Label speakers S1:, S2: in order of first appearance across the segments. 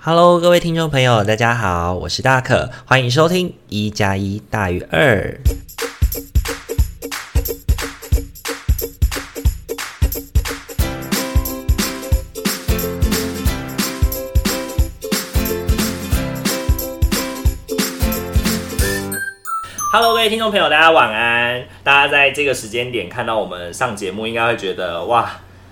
S1: Hello，各位听众朋友，大家好，我是大可，欢迎收听一加一大于二。
S2: Hello，各位听众朋友，大家晚安。大家在这个时间点看到我们上节目，应该会觉得哇，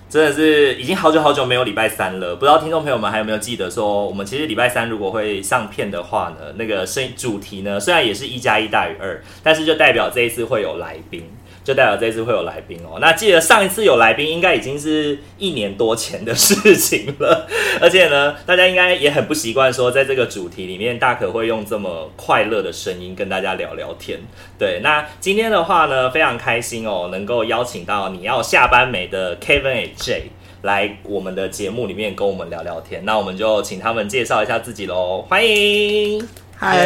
S2: 真的是已经好久好久没有礼拜三了。不知道听众朋友们还有没有记得说，我们其实礼拜三如果会上片的话呢，那个声主题呢，虽然也是一加一大于二，但是就代表这一次会有来宾。就代表这一次会有来宾哦。那记得上一次有来宾，应该已经是一年多前的事情了。 而且呢，大家应该也很不习惯说，在这个主题里面，大可会用这么快乐的声音跟大家聊聊天。对，那今天的话呢，非常开心哦，能够邀请到你要下班没的 Kevin AJ 来我们的节目里面跟我们聊聊天。那我们就请他们介绍一下自己喽，欢迎。
S3: 嗨，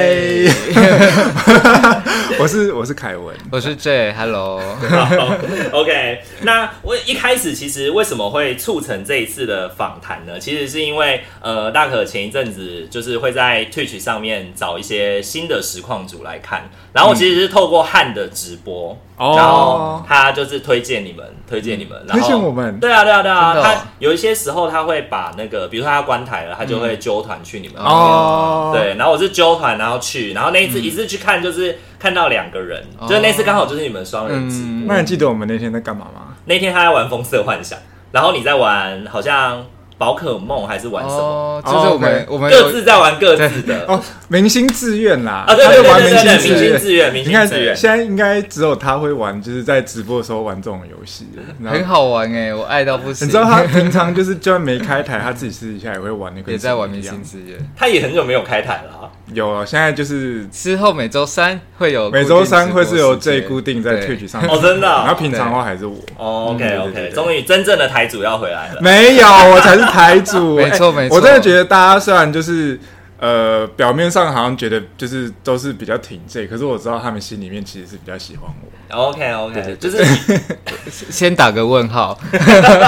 S4: 我是我是凯文，
S3: 我是 J，Hello，
S2: 好 OK，那我一开始其实为什么会促成这一次的访谈呢？其实是因为呃，大可前一阵子就是会在 Twitch 上面找一些新的实况组来看，然后我其实是透过汉的直播，
S4: 哦
S2: 然后他就是推荐你们，推荐你们，然后
S4: 推荐我们
S2: 对啊，对啊，对啊，
S3: 真的哦
S2: 他有一些时候他会把那个，比如说他要关台了，他就会揪团去你们那边
S4: 哦嗯
S2: 对，然后我是揪团，然后去，然后那一次、一次去看，就是看到两个人，
S4: 哦
S2: 就是那次刚好就是你们双人直播。
S3: 嗯
S4: 那你记得我们那天在干嘛吗？
S2: 那天他在玩《风色幻想》，然后你在玩好像宝可梦还是玩什么，
S3: 哦，就是我们
S4: 哦，OK
S3: 我们
S2: 各
S3: 有
S2: 自在玩各自的。
S4: 哦，明星志愿啦，
S2: 啊，对
S4: 他
S2: 对
S4: 在
S2: 对
S4: 玩
S2: 对对，明星
S4: 星
S2: 志
S4: 愿。
S2: 愿，明
S4: 你
S2: 星
S4: 看，
S2: 志愿
S4: 现。在应该只有他会玩，就是在直播的时候玩这种游戏。然
S3: 很
S4: 后
S3: 好玩哎，我爱到不行。
S4: 你知道他 平常就是就算没开台，他自己私底下也会玩那个。
S3: 也在玩明星之夜，
S2: 他也很久没有开台了啊、
S4: 有啊，现在就是
S3: 之后每周三会有固
S4: 每
S3: 定直
S4: 周
S3: 播时间，
S4: 三会是由 J 固定在
S3: 对
S4: Twitch 上，
S2: 哦真的哦
S4: 然后平常的话还是我。
S2: 哦 OK
S4: 嗯对对
S2: OK，
S4: 对
S2: 终于真正的台主要回来了。
S4: 没有，我才是台主。
S3: 没错
S4: 哎
S3: 没错
S4: 我真的觉得大家虽然就是呃表面上好像觉得就是都是比较挺 J，可是我知道他们心里面其实是比较喜欢我。
S2: OK OK，就是
S3: 先打个问号，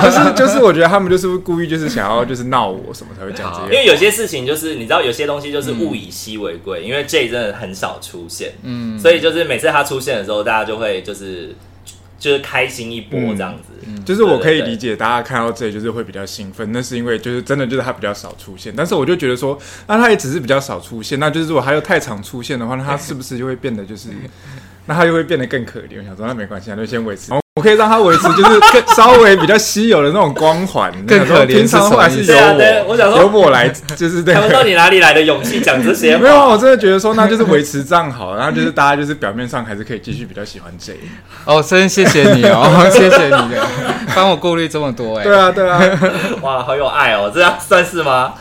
S4: 就是就是，我觉得他们就是故意就是想要就是闹我什么才会讲这
S3: 好
S2: 因
S4: 些。
S2: 为有些事情就是你知道，有些东西就是
S4: 嗯
S2: 物以稀为贵，因为 J 真的很少出现，嗯，所以就是每次他出现的时候，大家就会就是就是开心一
S4: 嗯
S2: 波这样子，
S4: 就是我可
S2: 对对
S4: 以
S2: 对
S4: 理解大家看到这就是会比较兴奋，那是因为就是真的就是他比较少出现，但是我就觉得说，那他也只是比较少出现，那就是如果他又太常出现的话，那他是不是就会变得就是，那他就会变得更可怜？我想说那没关系，那就先维持，我可以让他维持就是更稍微比较稀有的那种光环，
S3: 更可怜
S4: 平常话
S3: 是
S4: 是
S3: 什
S4: 由
S2: 么意思对啊对
S4: 我
S2: 我想说
S4: 由我来就是 那
S2: 他们到
S4: 个。
S2: 底哪里来的勇气讲这些话？
S4: 没有啊，我真的觉得说，那就是维持这样好了，然后就是大家就是表面上还是可以继续比较喜欢 J。
S3: 哦，真谢谢你 哦，谢谢你，帮我顾虑这么多哎。
S4: 对啊，对啊，
S2: 哇，好有爱哦，这样算是 吗？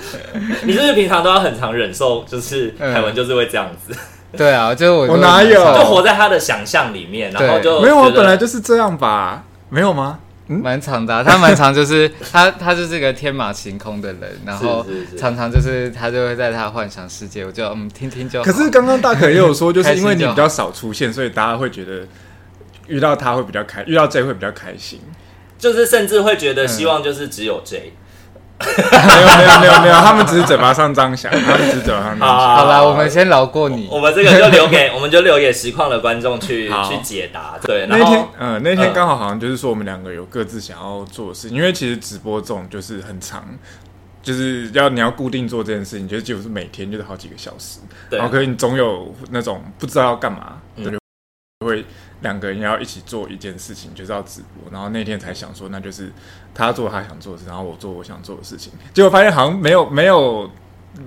S2: 你是不是平常都要很常忍受，就是
S3: 嗯
S2: 凯文就是会这样子，
S3: 对啊，就是我
S4: 我哪有
S2: 就活在他的想象里面，然后
S3: 对
S2: 就
S4: 哦没有，啊，
S2: 觉得
S4: 本来就是这样吧？没有吗？
S3: 蛮长的啊、他蛮长，就是 他他就是个天马行空的人，然后
S2: 是是是
S3: 常常就是他就会在他的幻想世界，我就嗯听听就好。
S4: 可是刚刚大可也有说，就是因为
S3: 开心
S4: 你
S3: 就好
S4: 比较少出现，所以大家会觉得遇到他会比较开，遇到 J 会比较开心。
S2: 就是甚至会觉
S4: 嗯
S2: 得希望就是只有 J、
S4: 没有没有没有没有，他们只是嘴巴上这样想，他们只是嘴巴上这 样想。
S2: 啊
S3: 好啦，我们先饶过你。
S4: 哦
S2: 我们这个就留 给我们就留给实况的观众去
S4: 好
S2: 去解答，对，然
S4: 那天
S2: 后，
S4: 呃，那天
S2: 嗯
S4: 刚好好像就是说我们两个有各自想要做的事，因为其实直播这种就是很长，就是要你要固定做这件事情，就是几乎是每天就是好几个小时，
S2: 对嗯
S4: 然后可是你总有那种不知道要干嘛，对，会两个人要一起做一件事情，就是要直播。然后那天才想说，那就是他做他想做的事，然后我做我想做的事情。结果发现好像没有没有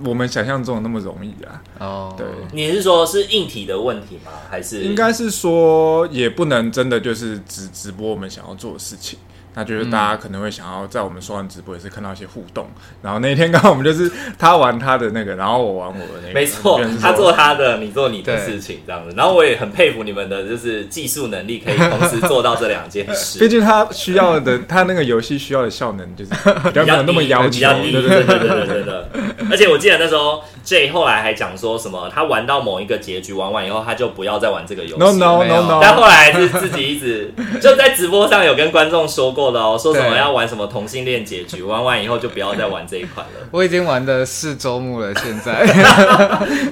S4: 我们想象中的那么容易啊。
S3: 哦，
S4: 对，
S2: 你是说是硬体的问题吗？还是
S4: 应该是说也不能真的就是只直播我们想要做的事情。那就是大家可能会想要在我们说完直播也是看到一些互动，然后那天刚好我们就是他玩他的那个，然后我玩我的那个，
S2: 没错
S4: 变成，是
S2: 他
S4: 说
S2: 做他的，你做你的
S3: 对
S2: 事情这样子。然后我也很佩服你们的，就是技术能力可以同时做到这两件
S4: 毕
S2: 事，
S4: 竟他需要 的，他那个游戏 需要的效能就是比
S2: 比
S4: 较没有
S2: 较
S4: 那么要
S2: 低比
S4: 求，
S2: 较低，
S4: 对
S2: 对
S4: 对
S2: 对对对对对。而且我记得那时候 J 后来还讲说什么，他玩到某一个结局，玩完以后他就不要再玩这个游戏。
S4: No no no
S2: 但
S4: no，
S2: 后来是自己一直就在直播上有跟观众说过的哦，说什么
S3: 对
S2: 要玩什么同性恋结局，玩完以后就不要再玩这一款了。
S3: 我已经玩的四周目了，现 在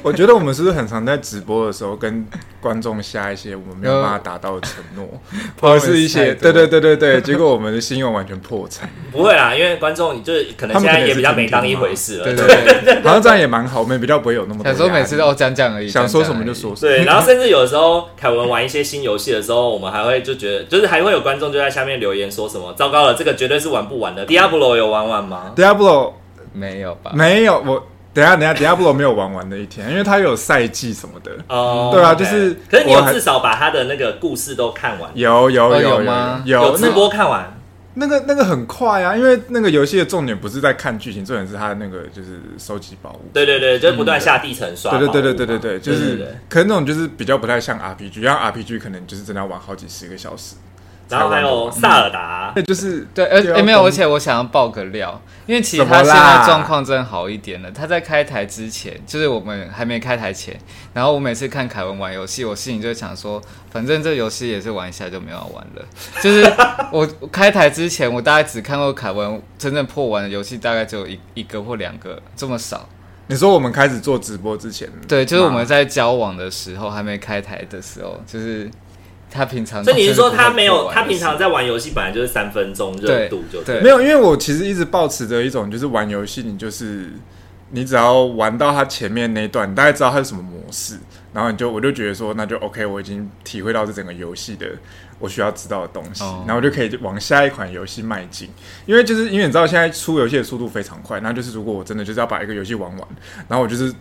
S4: 我觉得我们是不是很常在直播的时候跟观众下一些我们没有办法达到的承诺， 或者是一些
S3: Promise 太
S4: 对对
S3: 多
S4: 对对对，结果我们的信用完全破产。
S2: 不会啦，因为观众就是可能
S4: 他
S2: 现
S4: 们
S2: 在
S4: 可能
S2: 也
S4: 也
S2: 比较
S4: 是
S2: 没当一
S4: 听嘛
S2: 回事了。
S3: 对对对，
S4: 好像这样也蛮好，我们比较不会有那么多压
S3: 想
S4: 力。
S3: 说每次都讲讲而已，
S4: 想说什么
S3: 讲讲而
S4: 就
S3: 已
S4: 说什么。
S2: 对，然后甚至有时候凯文玩一些新游戏的时候，我们还会就觉得，就是还会有观众就在下面留言说什么“糟糕了，这个绝对是玩不完的”。Diablo 有玩完吗？
S4: Diablo
S3: 没有吧？
S4: 没有我，等一下等一下，Diablo 没有玩完的一天，因为它有赛季什么的。
S2: 哦、
S4: 对啊
S2: OK
S4: 就是
S2: 可是你
S4: 我
S2: 有
S4: 还
S2: 至少把他的那个故事都看完，
S4: 有有
S3: 哦
S4: 有
S3: 有吗
S4: 有
S2: 直播看完。
S4: 那个那个很快啊，因为那个游戏的重点不是在看剧情，重点是它那个就是收集宝物。
S2: 对对对，就是不断下地层刷宝
S4: 对
S2: 物
S4: 对
S2: 嘛。
S4: 对对对对对，就
S2: 对
S4: 是
S2: 对
S4: 可能那种就是比较不太像 RPG，像 RPG 可能就是真的要玩好几十个小时。
S2: 然后还有萨尔达，
S4: 那就是
S3: 对，而
S4: 对啊
S3: 诶没有，
S4: 懂
S3: 而且我想要爆个料，因为其实
S4: 怎么
S3: 他现在
S4: 啦
S3: 状况真的好一点了。他在开台之前，就是我们还没开台前，然后我每次看凯文玩游戏，我心里就想说，反正这游戏也是玩一下就没有要玩了。 就是我我开台之前，我大概只看过凯文真正破完的游戏，大概只有一一个或两个，这么少。
S4: 你说我们开始做直播之前，
S3: 对，就是我们在交往的时候，还没开台的时候，就是他平常
S2: 所以你是说
S3: 真的不
S2: 他
S3: 会
S2: 没
S3: 破
S2: 有，
S3: 完
S2: 他
S3: 游
S2: 平
S3: 戏
S2: 常在玩游戏本来就是三分钟热
S3: 对
S2: 度就
S3: 对
S4: 没有，因为我其实一直保持着一种，就是玩游戏，你就是你只要玩到它前面那一段，你大概知道它是什么模式，然后你就我就觉得说，那就 OK，我已经体会到这整个游戏的我需要知道的东西，
S3: 哦
S4: 然后我就可以往下一款游戏迈进。因为就是因为你知道现在出游戏的速度非常快，那就是如果我真的就是要把一个游戏玩完，然后我就是。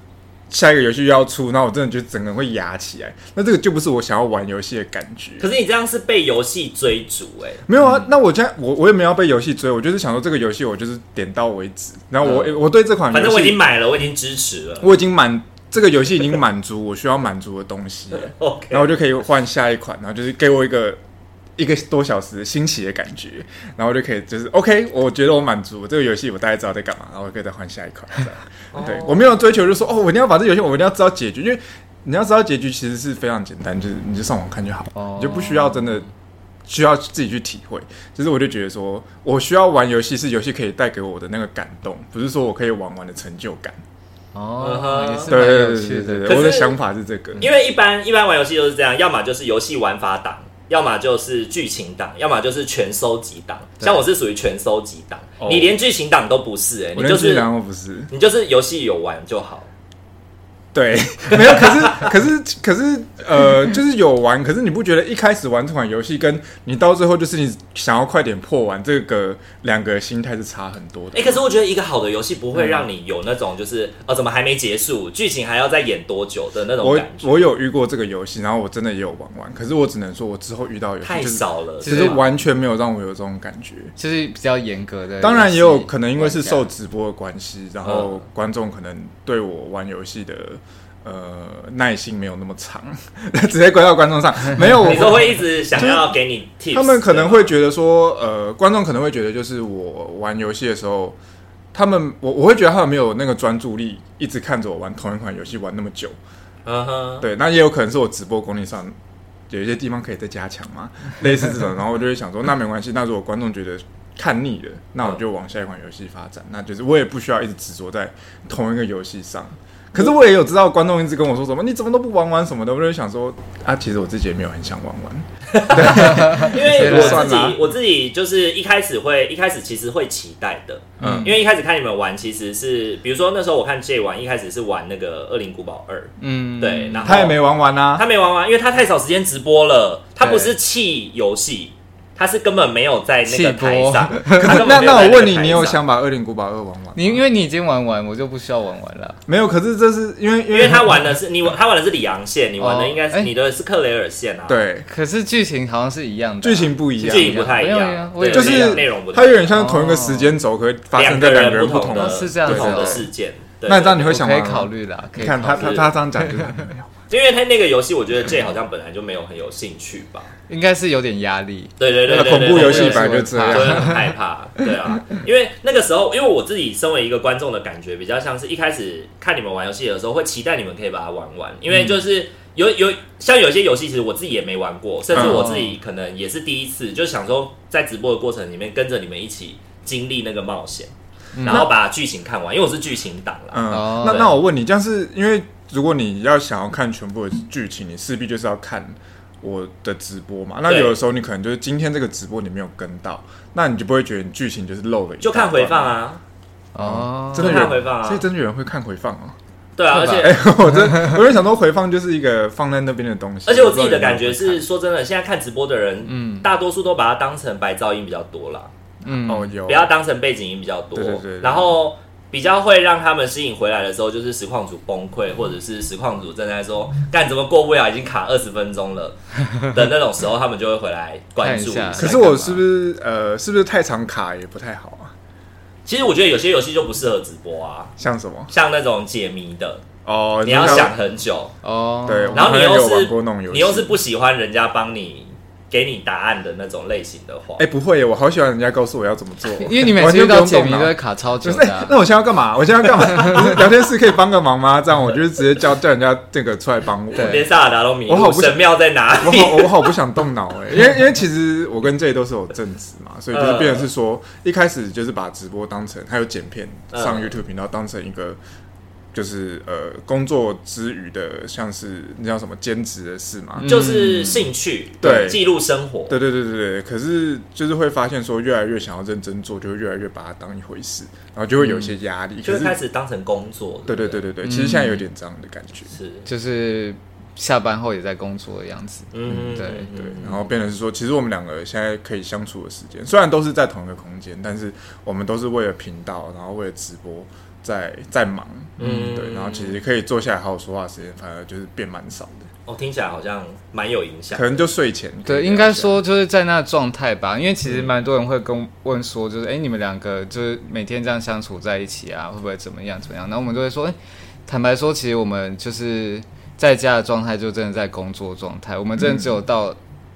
S4: 下一个游戏又要出，那我真的就整个人会压起来，那这个就不是我想要玩游戏的感觉。
S2: 可是你这样是被游戏追逐哎、
S4: 没有啊，那我现在我我也没有要被游戏追，我就是想说这个游戏我就是点到为止。然后我、我对这款游
S2: 嗯
S4: 戏，
S2: 反正我已经买了，我已经支持了。
S4: 我已经满这个游戏已经满足我需要满足的东西了，
S2: OK，
S4: 然后我就可以换下一款，然后就是给我一个一个多小时新奇的感觉，然后我就可以就是 OK，我觉得我满足这个游戏，我大概知道在干嘛，然后我可以再换下一款。 这
S2: 哦
S4: 样对我没有追求，就是说哦，我一定要把这游戏我一定要知道结局，因为你要知道结局其实是非常简单，就是你就上网看就好，
S3: 哦
S4: 你就不需要真的。需要自己去体会，就是我就觉得说，我需要玩游戏是游戏可以带给我的那个感动，不是说我可以玩完的成就感。
S2: 嗯
S3: 哦，
S2: 哼
S3: 也是
S4: 对
S3: 蛮
S4: 对
S3: 有
S4: 对
S3: 趣
S4: 对对
S3: 的。
S2: 可
S4: 对，
S2: 是
S4: 我的想法是这个。
S2: 因为一般一般玩游戏就是这样，要么就是游戏玩法党，要么就是剧情党，要么就是全收集党。像我是属于全收集党，你连剧情党都不是、哎，
S4: 哦
S2: 你
S4: 我
S2: 就
S4: 跟居
S2: 是
S4: 然我不是，
S2: 你就是游戏有玩就好。
S4: 对， 没有。可是可是可是呃，就是有玩，可是你不觉得一开始玩这款游戏，跟你到最后就是你想要快点破完这个两个心态是差很多的
S2: 哎、。可是我觉得一个好的游戏不会让你有那种就是哦，怎么还没结束，剧情还要再演多久的那种
S4: 我
S2: 感觉，
S4: 我有遇过这个游戏，然后我真的也有玩完，可是我只能说，我之后遇到游戏
S2: 太
S4: 就是
S2: 少了。
S4: 其实完全没有让我有这种感觉。
S3: 就是比较严格的游戏玩家。
S4: 当然也有可能因为是受直播的关系，然后
S2: 嗯
S4: 观众可能对我玩游戏的呃耐心没有那么长， 直接归到观众上。没有，我
S2: 你说会一直想要给你 tips，
S4: 他们可能会觉得说，呃，观众可能会觉得，就是我玩游戏的时候，他们我我会觉得他们没有那个专注力，一直看着我玩同一款游戏玩那么久。
S2: 嗯哼，
S4: 对，那也有可能是我直播功力上有一些地方可以再加强嘛，类似这种。然后我就会想说，那没关系，那如果观众觉得看腻了，那我就往下一款游戏发展，那就是我也不需要一直执着在同一个游戏上。可是我也有知道观众一直跟我说什么，你怎么都不玩玩什么的，我就会想说啊，其实我自己也没有很想玩玩。
S2: 因为
S4: 就
S2: 我
S4: 算
S2: 自己
S4: 啦
S2: 我自己就是一开始会一开始其实会期待的，嗯
S4: 嗯，
S2: 因为一开始看你们玩其实是，比如说那时候我看 J 玩，一开始是玩那个《恶灵古堡二》，
S3: 嗯，
S2: 对，然后
S4: 他也没玩完啊，
S2: 他没玩完，因为他太少时间直播了，他不
S3: 对
S2: 是弃游戏，他是根本没有在那个
S3: 弃播
S2: 台上。
S4: 可
S2: 他
S4: 是
S2: 根本
S4: 那
S2: 没有
S4: 那
S2: 在
S4: 我
S2: 个啊
S4: 问你，
S2: 台
S4: 你有
S2: 上？
S4: 想把《恶灵古堡二》玩完吗？
S3: 你因为你已经玩完，我就不需要玩完了。
S4: 没有？可是这是因为因
S2: 因为他玩的是你玩，他玩的是里昂线，你玩的应该是
S3: 哦哎
S2: 你的是克雷尔线啊。，
S4: 对
S3: 可是剧情好像是一样的啊、
S4: 剧情不一
S2: 剧情
S4: 样，
S2: 不太一
S3: 没有
S2: 样
S3: 呀，我也
S2: 对
S4: 就
S2: 内
S4: 是
S2: 容内容不太
S4: 它
S2: 一
S4: 有
S2: 样
S4: 点像同一个时间轴，可以发生在两个人
S2: 不
S4: 同
S2: 的
S3: 哦是这样
S2: 不
S3: 子
S2: 同的
S3: 哦
S2: 事件。对
S4: 啊那这样你会想
S3: 我可以
S4: 玩吗啊
S3: 考虑啦，可
S4: 你
S3: 以
S4: 看
S3: 考
S4: 他
S3: 虑
S4: 他他这样讲 就是很没有。
S2: 因为他那个游戏，我觉得 J 好像本来就没有很有兴趣吧。
S3: 应该是有点压力。
S2: 对对对
S4: 那
S2: 对，
S4: 恐怖游戏
S2: 版。
S4: 版就这
S2: 就
S4: 样，
S2: 会很害怕，对啊，因为那个时候，因为我自己身为一个观众的感觉，比较像是一开始看你们玩游戏的时候，会期待你们可以把它玩完，因为就是有有像有些游戏，其实我自己也没玩
S4: 嗯
S2: 过，甚至我自己可能也是第一次，就想说在直播的过程里面跟着你们一起经历那个冒险，
S3: 嗯
S2: 然后把剧情看完，因为我是剧情党啦，
S4: 嗯
S3: 哦，
S4: 那
S2: 对
S4: 那我问你，这样是因为如果你要想要看全部的剧情，你势必就是要看我的直播嘛。那
S2: 对
S4: 有的时候你可能就是今天这个直播你没有跟到，那你就不会觉得你剧情就是漏了一大段，
S2: 就看回放啊，
S3: 哦，
S4: 真的
S2: 就
S4: 有
S2: 看回放啊
S4: 所以真的有人会看回放哦。
S2: 对啊，而
S3: 是吧
S2: 且
S4: 我真我就想说回放就是一个放在那边的东西，
S2: 而且我自己
S4: 不知
S2: 的
S4: 道有
S2: 感
S4: 没有
S2: 觉
S4: 人会
S2: 是，说真的，现在看直播的人，嗯，大多数都把它当成白噪音比较多啦。
S3: 嗯
S4: 看哦有
S2: 不要当成背景音比较多。
S4: 对对对对
S2: 然后比较会让他们吸引回来的时候，就是实况组崩溃，或者是实况组正在说“干怎么过不了，已经卡二十分钟 了”的那种时候，他们就会回来关注
S3: 看一下
S4: 可是我是不是呃是不是太常卡也不太好啊？
S2: 其实我觉得有些游戏就不适合直播啊，
S4: 像什么
S2: 像那种解谜的，
S4: 哦，
S2: 你要
S4: 就是
S2: 想很久，
S3: 哦，
S4: 对，我
S2: 然后
S4: 朋
S2: 你
S4: 友
S2: 又
S4: 有玩
S2: 是
S4: 过那种游戏，
S2: 你又是不喜欢人家帮你给你答案的那种类型的话，
S4: 哎、不会耶，我好喜欢人家告诉我要怎么 做，
S3: 因为你每
S4: 完
S3: 次
S4: 全
S3: 遇
S4: 不用
S3: 到解谜
S4: 动
S3: 都
S4: 脑
S3: 会卡超久
S4: 就是、
S3: 的
S4: 哎
S3: 啊，
S4: 那我现在要干嘛？我现在要干嘛？ 不是聊天室可以帮个忙吗？这样我就是直接叫叫人家这个出来帮我。
S3: 对
S2: 连萨尔达都迷
S4: 我好
S2: 路，
S4: 不想
S2: 神庙在 哪
S4: 我
S2: 里？
S4: 好，我好不想动脑哎、因为因为其实我跟 J 都是有正职嘛，所以
S2: 嗯
S4: 就是变成是说，一开始就是把直播当成还有剪片上
S2: 嗯
S4: YouTube 频道当成一个就是呃工作之余的，像是那叫什么兼职的事
S2: 嗯
S4: 嘛。
S3: 嗯
S2: 就是兴趣，
S4: 对
S2: 记录生活，
S4: 对对对对对，可是就是会发现说，越来越想要认真做，就会越来越把它当一回事，然后就会有一些压力。
S2: 嗯就
S4: 可
S2: 会
S4: 是
S2: 开始当嗯成工作。
S4: 对
S2: 对
S4: 对
S2: 不
S4: 对对对，其实现在有点这样的感觉，
S2: 是，
S3: 就是下班后也在工作的样子。
S2: 嗯，
S3: 对
S2: 嗯
S4: 对
S2: 嗯，
S4: 然后变成是说，其实我们两个现在可以相处的时间，虽然都是在同一个空间，但是我们都是为了频道，然后为了直播在在忙，
S2: 嗯
S4: 对，然后其实可以坐下来好好说话的时间，反而就是变蛮少的，
S2: 哦，听起来好像蛮有影响
S4: 可。能就睡前可以
S3: 对，
S4: 聊
S3: 应该
S4: 一下
S3: 说就是在那状态吧，因为其实蛮多人会跟我问说，就是哎、诶你们两个就是每天这样相处在一起啊，会不会怎么样怎么样？然后我们就会说，哎、坦白说，其实我们就是在家的状态，就真的在工作状态，我们真的只有到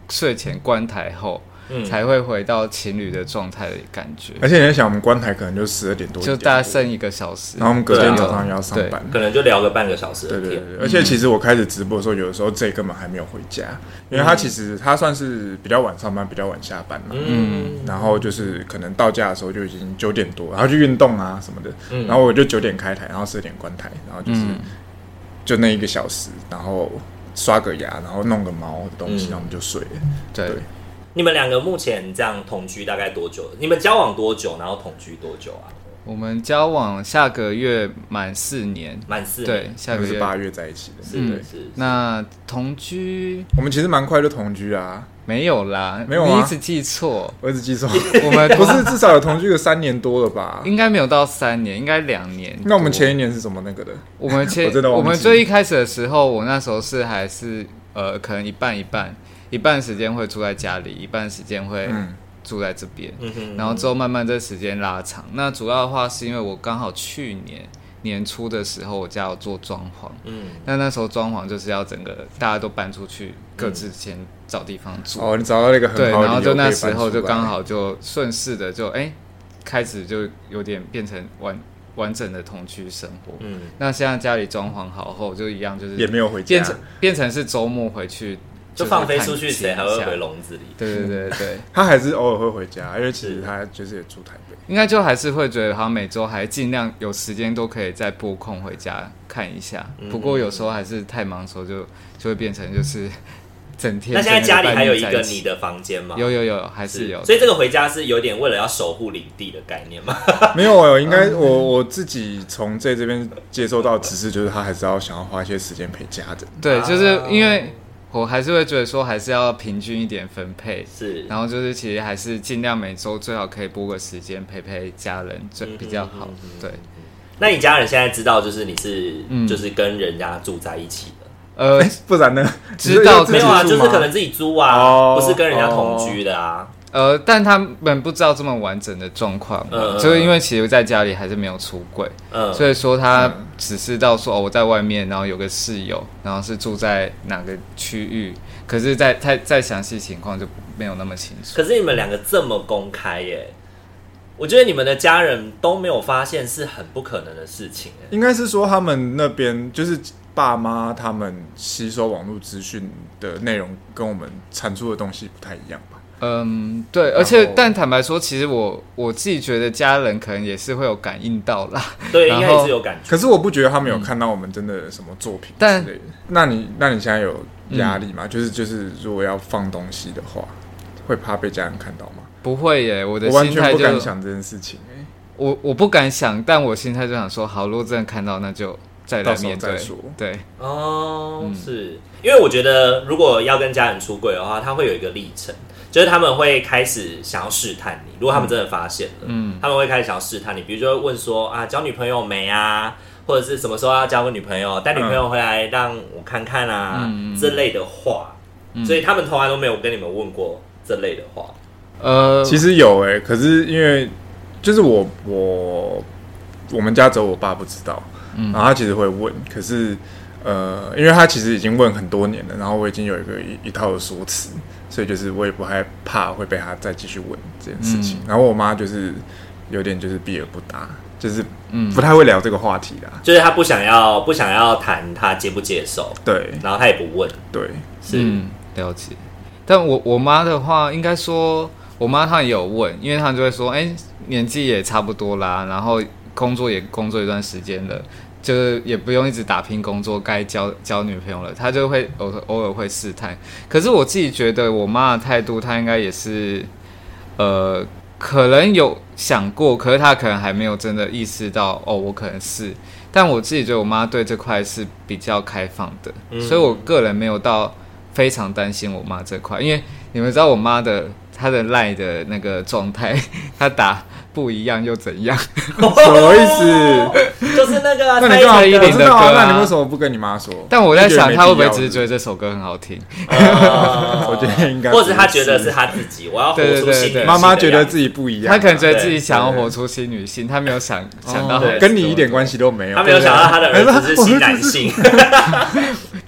S3: 睡前关台后，
S2: 嗯
S3: 才会回到情侣的状态的感觉，
S4: 而且你在想，我们关台可能就十二点多，
S3: 就
S4: 一点
S3: 大家
S4: 多
S3: 剩一个小时，
S4: 嗯然后我们隔天
S2: 对啊
S4: 早上也要上
S3: 对
S4: 班，
S2: 可能就聊个半个小时的
S4: 对对
S2: 天。
S4: 对，而且其实我开始直播的时候，有的时候 J 根本还没有回家，因为
S3: 嗯
S4: 他其实他算是比较晚上班，比较晚下班嘛。
S2: 嗯，
S4: 然后就是可能到家的时候就已经九点多，然后去运动啊什么的，
S2: 嗯
S4: 然后我就九点开台，然后十点关台，然后就是、
S3: 嗯
S4: 就那一个小时，然后刷个牙，然后弄个毛的东西，
S2: 嗯
S4: 然后我们就睡了。
S3: 对
S4: 对
S2: 你们两个目前这样同居大概多久？你们交往多久？然后同居多久啊？
S3: 我们交往下个月满四年，
S2: 满四
S3: 对
S2: 年，，
S3: 下
S4: 我
S3: 个
S4: 们是
S3: 月。嗯
S4: 八月在一起的，
S2: 是是是。
S3: 那同居
S4: 我们其实蛮快就同居啊，
S3: 没有啦，
S4: 没有
S3: 你
S4: 吗
S3: 一直 记错。
S4: 我一直记错，
S3: 我们
S4: 不是至少有同居个三年多了吧？
S3: 应该没有到三年，应该两年多。
S4: 那我们前一年是什么那个的？
S3: 我们前
S4: 我真的忘
S3: 我
S4: 记
S3: 们最一开始的时候，我那时候是还是呃，可能一半一半，一半时间会住在家里，一半时间会
S4: 嗯
S3: 住在这边。
S2: 嗯哼
S3: 然后之后慢慢这时间拉长。那主要的话是因为我刚好去年年初的时候，我家有做装潢，
S2: 嗯，
S3: 那那时候装潢就是要整个大家都搬出去，各自先找地方住。
S4: 嗯哦，你找到那个很好的
S3: 对，
S4: 理由
S3: 然后就那
S4: 可以搬
S3: 时候就
S4: 出来
S3: 刚好就顺势的就哎、开始就有点变成完完整的同居生活。
S2: 嗯
S3: 那现在家里装潢好后，就一样就是
S4: 也没有回
S3: 变
S4: 家
S3: 成。变成是周末回去
S2: 就是放飞
S3: 探
S2: 出去，
S3: 亲
S2: 谁还
S3: 一
S2: 会
S3: 下
S2: 回笼子里？
S3: 对对对对，
S4: 他还是偶尔会回家，因为其
S2: 是
S4: 实他就是也住台北。
S3: 应该就还是会觉得，好像每周还尽量有时间都可以再拨空回家看一下。
S4: 嗯
S3: 不过有时候还是太忙的时候就，就会变成就是 整天。
S2: 那现在
S3: 整
S2: 家
S3: 个
S2: 里
S3: 半
S2: 还有
S3: 天
S2: 一
S3: 在
S2: 个
S3: 起
S2: 你的房间吗？
S3: 有有有，还是有。
S2: 所以这个回家是有点为了要守护领地的概念吗？
S4: 没有，我应该我我自己从这这边接收到指示，就是他还是要想要花一些时间陪家人。
S3: 对，就是
S2: 啊
S3: 因为我还是会觉得说，还是要平均一点分配。
S2: 是，
S3: 然后就是，其实还是尽量每周最好可以拨个时间陪陪家人，最
S2: 嗯
S3: 比较好
S2: 嗯嗯。
S3: 对，
S2: 那你家人现在知道，就是你是、
S3: 嗯
S2: 就是跟人家住在一起的，
S3: 呃，
S4: 不然呢？
S3: 知道
S4: 你是
S2: 没有啊，
S4: 哦
S2: 就
S4: 自
S2: 是
S4: 己住吗
S2: 可能自己租啊，
S4: 哦
S2: 不是跟人家同居的啊。
S3: 呃，但他们不知道这么完整的状况，
S2: 嗯嗯
S3: 就是因为其实在家里还是没有出柜，
S2: 嗯，
S3: 所以说他只知道说哦我在外面，然后有个室友，然后是住在哪个区域，可是在太再详细情况就没有那么清楚。
S2: 可是你们两个这么公开耶，我觉得你们的家人都没有发现是很不可能的事情耶。
S4: 应该是说他们那边就是爸妈他们吸收网络资讯的内容跟我们产出的东西不太一样吧？
S3: 嗯，对，而且但坦白说，其实我我自己觉得家人可能也是会有感应到啦，
S2: 对，
S3: 然
S2: 应
S3: 后
S2: 该也是有感觉。
S4: 可是我不觉得他们有看到我们真的什么作品之
S3: 嗯但
S4: 类的。那你那你现在有压力吗？就是就是如果要放东西的话，会怕被家人看到吗？
S3: 不会耶，我的
S4: 我完
S3: 心
S4: 全
S3: 态
S4: 不
S3: 就
S4: 敢想这件事情、欸
S3: 我我不敢想，但我心态就想说，好，如果真的看到，那就再来
S4: 到时候
S3: 面
S4: 再
S3: 对
S4: 说。
S3: 对，
S2: 哦，
S4: 嗯
S2: 是因为我觉得如果要跟家人出柜的话，他会有一个历程，就是他们会开始想要试探你。如果他们真的发现了，
S3: 嗯
S2: 他们会开始想要试探你，比如说会问说啊，交女朋友没啊，或者是什么时候要交个女朋友，带女朋友回来让我看看啊、
S3: 嗯嗯嗯
S2: 这类的话。
S4: 嗯
S2: 所以他们从来都没有跟你们问过这类的话。
S3: 呃，
S4: 其实有哎、可是因为就是我我我们家只有我爸不知道，
S3: 嗯
S4: 然后他其实会问，可是呃，因为他其实已经问很多年了，然后我已经有一个一一套的说辞，所以就是我也不害怕会被他再继续问这件事
S3: 嗯
S4: 情。然后我妈就是有点就是避而不答，就是
S3: 嗯
S4: 不太会聊这个话题啦。
S2: 就是他不想要不想要谈他接不接受，
S4: 对
S2: 然后他也不问，
S4: 对，
S2: 是、
S3: 嗯，了解。但我我妈的话，应该说，我妈她也有问，因为她就会说，哎、年纪也差不多啦，然后工作也工作一段时间了，就是也不用一直打拼工作，该交交女朋友了，她就会偶偶尔会试探。可是我自己觉得，我妈的态度，她应该也是，呃，可能有想过，可是她可能还没有真的意识到，哦，我可能是。但我自己觉得我妈对这块是比较开放的，
S2: 嗯
S3: 所以我个人没有到非常担心我妈这块，因为你们知道我妈的她的赖的那个状态， 她打不一样又怎 样？
S4: 什么意思？
S2: 就是那个啊
S4: 那你
S2: 蔡
S4: 干嘛
S2: 依林
S4: 我
S2: 的
S4: 知
S3: 的
S4: 道啊
S3: 歌啊
S4: 那你为什么不跟你妈说？
S3: 但我在想，她会不会
S4: 就觉得没必要
S3: 只是觉得这首歌很好听？
S2: 哦
S4: 我觉得应该不
S2: 或
S4: 是
S2: 者他觉得是他自己，我要活
S3: 对对
S2: 出
S3: 对
S2: 新
S3: 对
S2: 女
S4: 妈妈觉得
S2: 己
S4: 自己不一样啊？
S3: 她可能觉得自己
S4: 对
S3: 想要活出新女性，她 没有想想到
S2: 哦
S3: 很
S4: 跟你一点关。系都没有。
S2: 他没有想到他的儿子是新男性，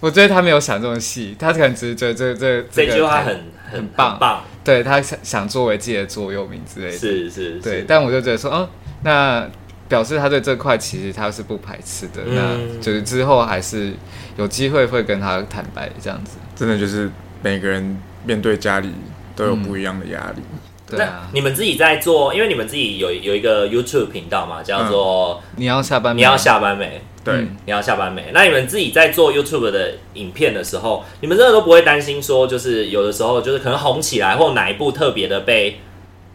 S3: 我觉得她没有想这么细，她可能只是觉得这这
S2: 这
S3: 个
S2: 句话很很
S3: 很棒
S2: 很棒，
S3: 对她想想作为自己的座右铭之类的。
S2: 是是
S3: 对，
S2: 是，
S3: 但我就觉得说，哦，那表示他对这块其实他是不排斥的，
S2: 嗯
S3: 那就是之后还是有机会会跟他坦白这样子。
S4: 真的就是每个人面对家里都有不一样的压力。
S2: 嗯
S3: 对
S2: 那
S3: 啊，
S2: 你们自己在做，因为你们自己有有一个 YouTube 频道嘛，叫做
S3: 你要下
S2: “
S3: 班吗，
S2: 你要下班没”，
S4: 对，
S3: 嗯
S2: 你要下班没？那你们自己在做 YouTube 的影片的时候，你们真的都不会担心说，就是有的时候就是可能红起来，或哪一部特别的被